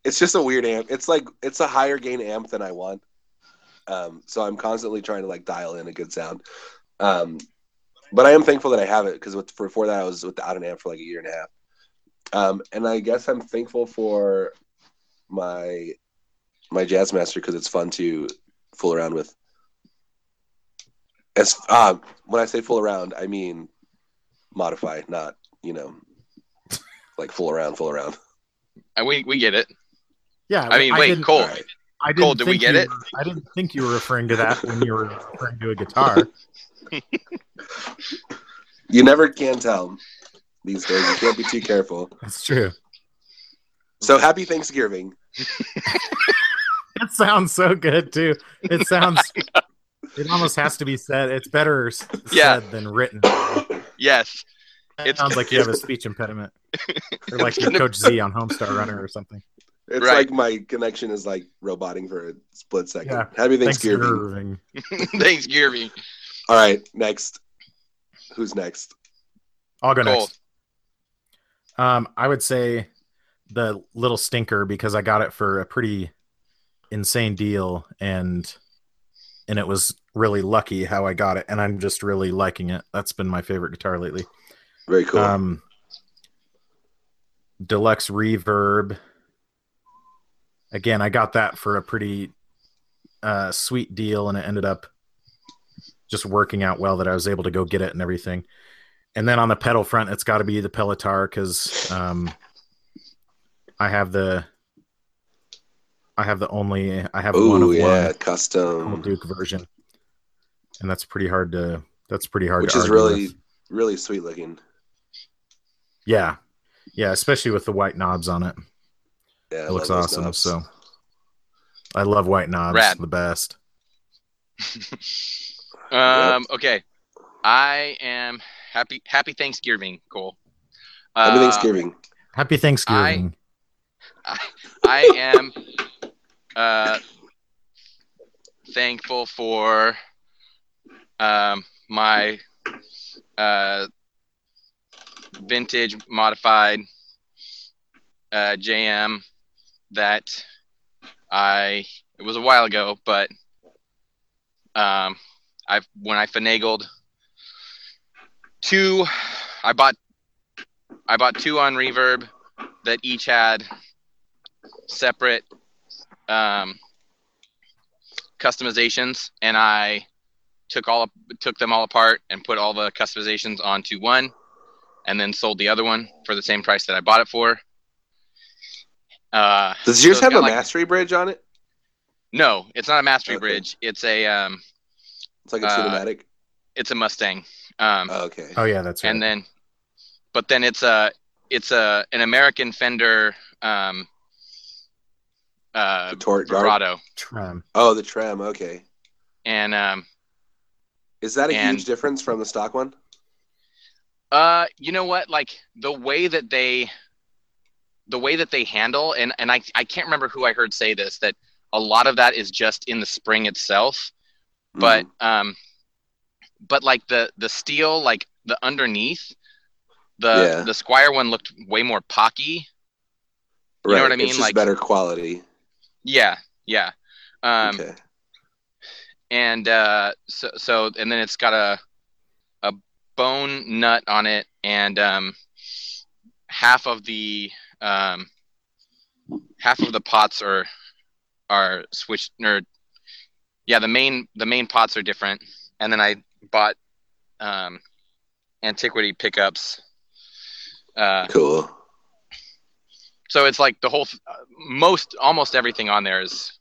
Speaker 1: it's just a weird amp. It's like it's a higher gain amp than I want. Um, so I'm constantly trying to like dial in a good sound. Um, but I am thankful that I have it because before that I was without an amp for like a year and a half. Um, and I guess I'm thankful for my my Jazzmaster because it's fun to fool around with. As um, when I say fool around, I mean modify, not you know, like fool around, fool around.
Speaker 2: Uh, we we get it
Speaker 3: Yeah.
Speaker 2: i mean wait
Speaker 3: didn't-
Speaker 2: cole
Speaker 1: Alright.
Speaker 3: I didn't
Speaker 2: Cole, did we
Speaker 3: think
Speaker 2: get
Speaker 3: you
Speaker 2: it?
Speaker 3: were- I didn't think you were referring to that when you were referring to a guitar.
Speaker 1: You never can tell these days. You can't be too careful.
Speaker 3: That's true.
Speaker 1: So happy Thanksgiving.
Speaker 3: It sounds so good too. It sounds. It almost has to be said. It's better s- said
Speaker 2: Yeah.
Speaker 3: than written.
Speaker 2: yes
Speaker 3: It
Speaker 2: It's-
Speaker 3: sounds like you have a speech impediment, or like
Speaker 2: It's
Speaker 3: your
Speaker 2: gonna-
Speaker 3: Coach Z on Homestar Runner or something.
Speaker 1: It's
Speaker 2: Right.
Speaker 1: like my connection is like roboting for a split second.
Speaker 3: Yeah.
Speaker 1: Happy
Speaker 3: Thanks,
Speaker 1: Thanksgiving.
Speaker 3: Irving.
Speaker 2: Thanks, Gearby.
Speaker 1: All right, next. Who's next?
Speaker 3: I'll go
Speaker 2: Cool.
Speaker 3: next. Um, I would say the little stinker because I got it for a pretty insane deal and and it was really lucky how I got it and I'm just really liking it. That's been my favorite guitar lately.
Speaker 1: Very cool.
Speaker 3: Um Deluxe Reverb. Again, I got that for a pretty uh sweet deal and it ended up just working out well that I was able to go get it and everything. And then on the pedal front, it's got to be the Pelotar because um, I have the I have the only I have one
Speaker 1: Ooh,
Speaker 3: of
Speaker 1: yeah,
Speaker 3: one Old
Speaker 1: custom,
Speaker 3: Duke version, and that's pretty hard to that's pretty hard.
Speaker 1: which
Speaker 3: to
Speaker 1: is
Speaker 3: argue
Speaker 1: really,
Speaker 3: with.
Speaker 1: really sweet looking.
Speaker 3: yeah, yeah, especially with the white knobs on it.
Speaker 1: Yeah, I
Speaker 3: It looks
Speaker 1: love those
Speaker 3: awesome.
Speaker 1: knobs.
Speaker 3: So I love white knobs,
Speaker 2: Rad.
Speaker 3: the best.
Speaker 2: Um, okay. I am happy happy Thanksgiving, Cole. Uh,
Speaker 1: happy Thanksgiving.
Speaker 3: Happy Thanksgiving.
Speaker 2: I am uh, thankful for um, my uh, vintage modified uh, JM that I it was a while ago, but um, I when I finagled two, I bought I bought two on Reverb that each had separate um, customizations, and I took all took them all apart and put all the customizations onto one, and then sold the other one for the same price that I bought it for. Uh,
Speaker 1: Does
Speaker 2: so
Speaker 1: yours
Speaker 2: it's
Speaker 1: have
Speaker 2: got,
Speaker 1: a
Speaker 2: like-
Speaker 1: mastery bridge on it?
Speaker 2: no, it's not a mastery
Speaker 1: Okay.
Speaker 2: bridge. It's a um,
Speaker 1: It's like a
Speaker 2: Uh,
Speaker 1: cinematic.
Speaker 2: it's a Mustang. Um,
Speaker 1: Oh, okay.
Speaker 3: Oh yeah, that's right.
Speaker 2: and then, but then it's a it's a an American Fender um, uh,
Speaker 1: the torque guard.
Speaker 2: vibrato,
Speaker 3: Trim.
Speaker 1: Oh, the tram. Okay.
Speaker 2: and um,
Speaker 1: Is that a
Speaker 2: And-
Speaker 1: huge difference from the stock one?
Speaker 2: uh, you know what? Like the way that they, the way that they handle, and and I I can't remember who I heard say this that a lot of that is just in the spring itself.
Speaker 1: Mm-hmm.
Speaker 2: but um but like the the steel like the underneath the
Speaker 1: Yeah.
Speaker 2: the squire one looked way more pocky
Speaker 1: Mhm.
Speaker 2: you know what I
Speaker 1: It's
Speaker 2: mean?
Speaker 1: just
Speaker 2: Like-
Speaker 1: better quality.
Speaker 2: yeah yeah um
Speaker 1: okay.
Speaker 2: and uh so so and then it's got a a bone nut on it and um half of the um half of the pots are are switched or yeah the main the main pots are different and then i bought um antiquity pickups uh
Speaker 1: Cool.
Speaker 2: so it's like the whole th- uh, most almost everything on there is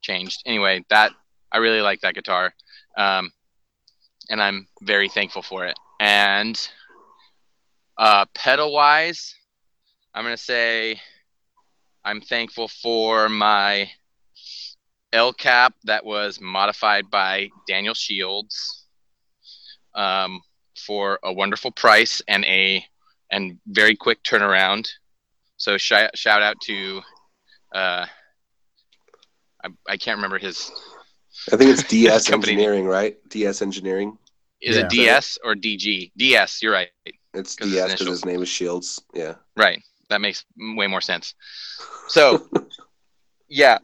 Speaker 2: changed anyway that i really like that guitar um, and i'm very thankful for it and uh, pedal wise i'm going to say i'm thankful for my l cap that was modified by daniel shields um, for a wonderful price and a and very quick turnaround so shi- shout out to, uh, I, I can't remember his.
Speaker 1: I think it's DS
Speaker 2: Company-
Speaker 1: Engineering, right? DS Engineering.
Speaker 2: Is
Speaker 3: Yeah.
Speaker 2: it DS or DG? DS. You're right.
Speaker 1: It's
Speaker 2: 'Cause his
Speaker 1: DS because
Speaker 2: initials.
Speaker 1: his name is Shields. Yeah.
Speaker 2: Right. That makes way more sense. So, yeah.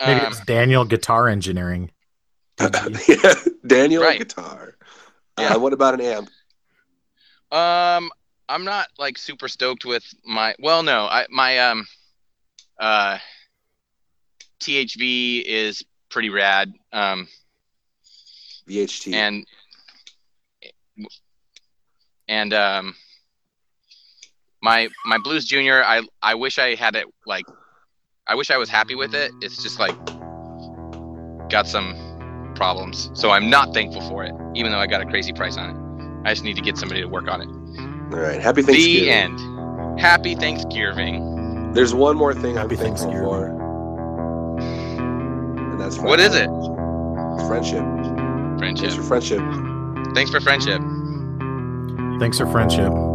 Speaker 3: Maybe
Speaker 2: Um,
Speaker 3: it's Daniel Guitar Engineering.
Speaker 1: yeah. Daniel
Speaker 2: Right.
Speaker 1: guitar.
Speaker 2: Yeah.
Speaker 1: Uh, what about an amp?
Speaker 2: um, I'm not like super stoked with my. Well, no, I my um, uh, THV is pretty rad. Um,
Speaker 1: VHT.
Speaker 2: and and um my my blues junior i i wish i had it like i wish i was happy with it it's just like got some problems so i'm not thankful for it even though i got a crazy price on it i just need to get somebody to work on it
Speaker 1: All right. Happy Thanksgiving.
Speaker 2: the end happy thanksgiving
Speaker 1: There's one more thing
Speaker 3: Happy
Speaker 1: I'm thankful
Speaker 3: Thanksgiving.
Speaker 1: for. And that's
Speaker 2: what is it
Speaker 1: it? Friendship.
Speaker 2: friendship
Speaker 1: Thanks for friendship.
Speaker 2: thanks for friendship
Speaker 3: Thanks for friendship.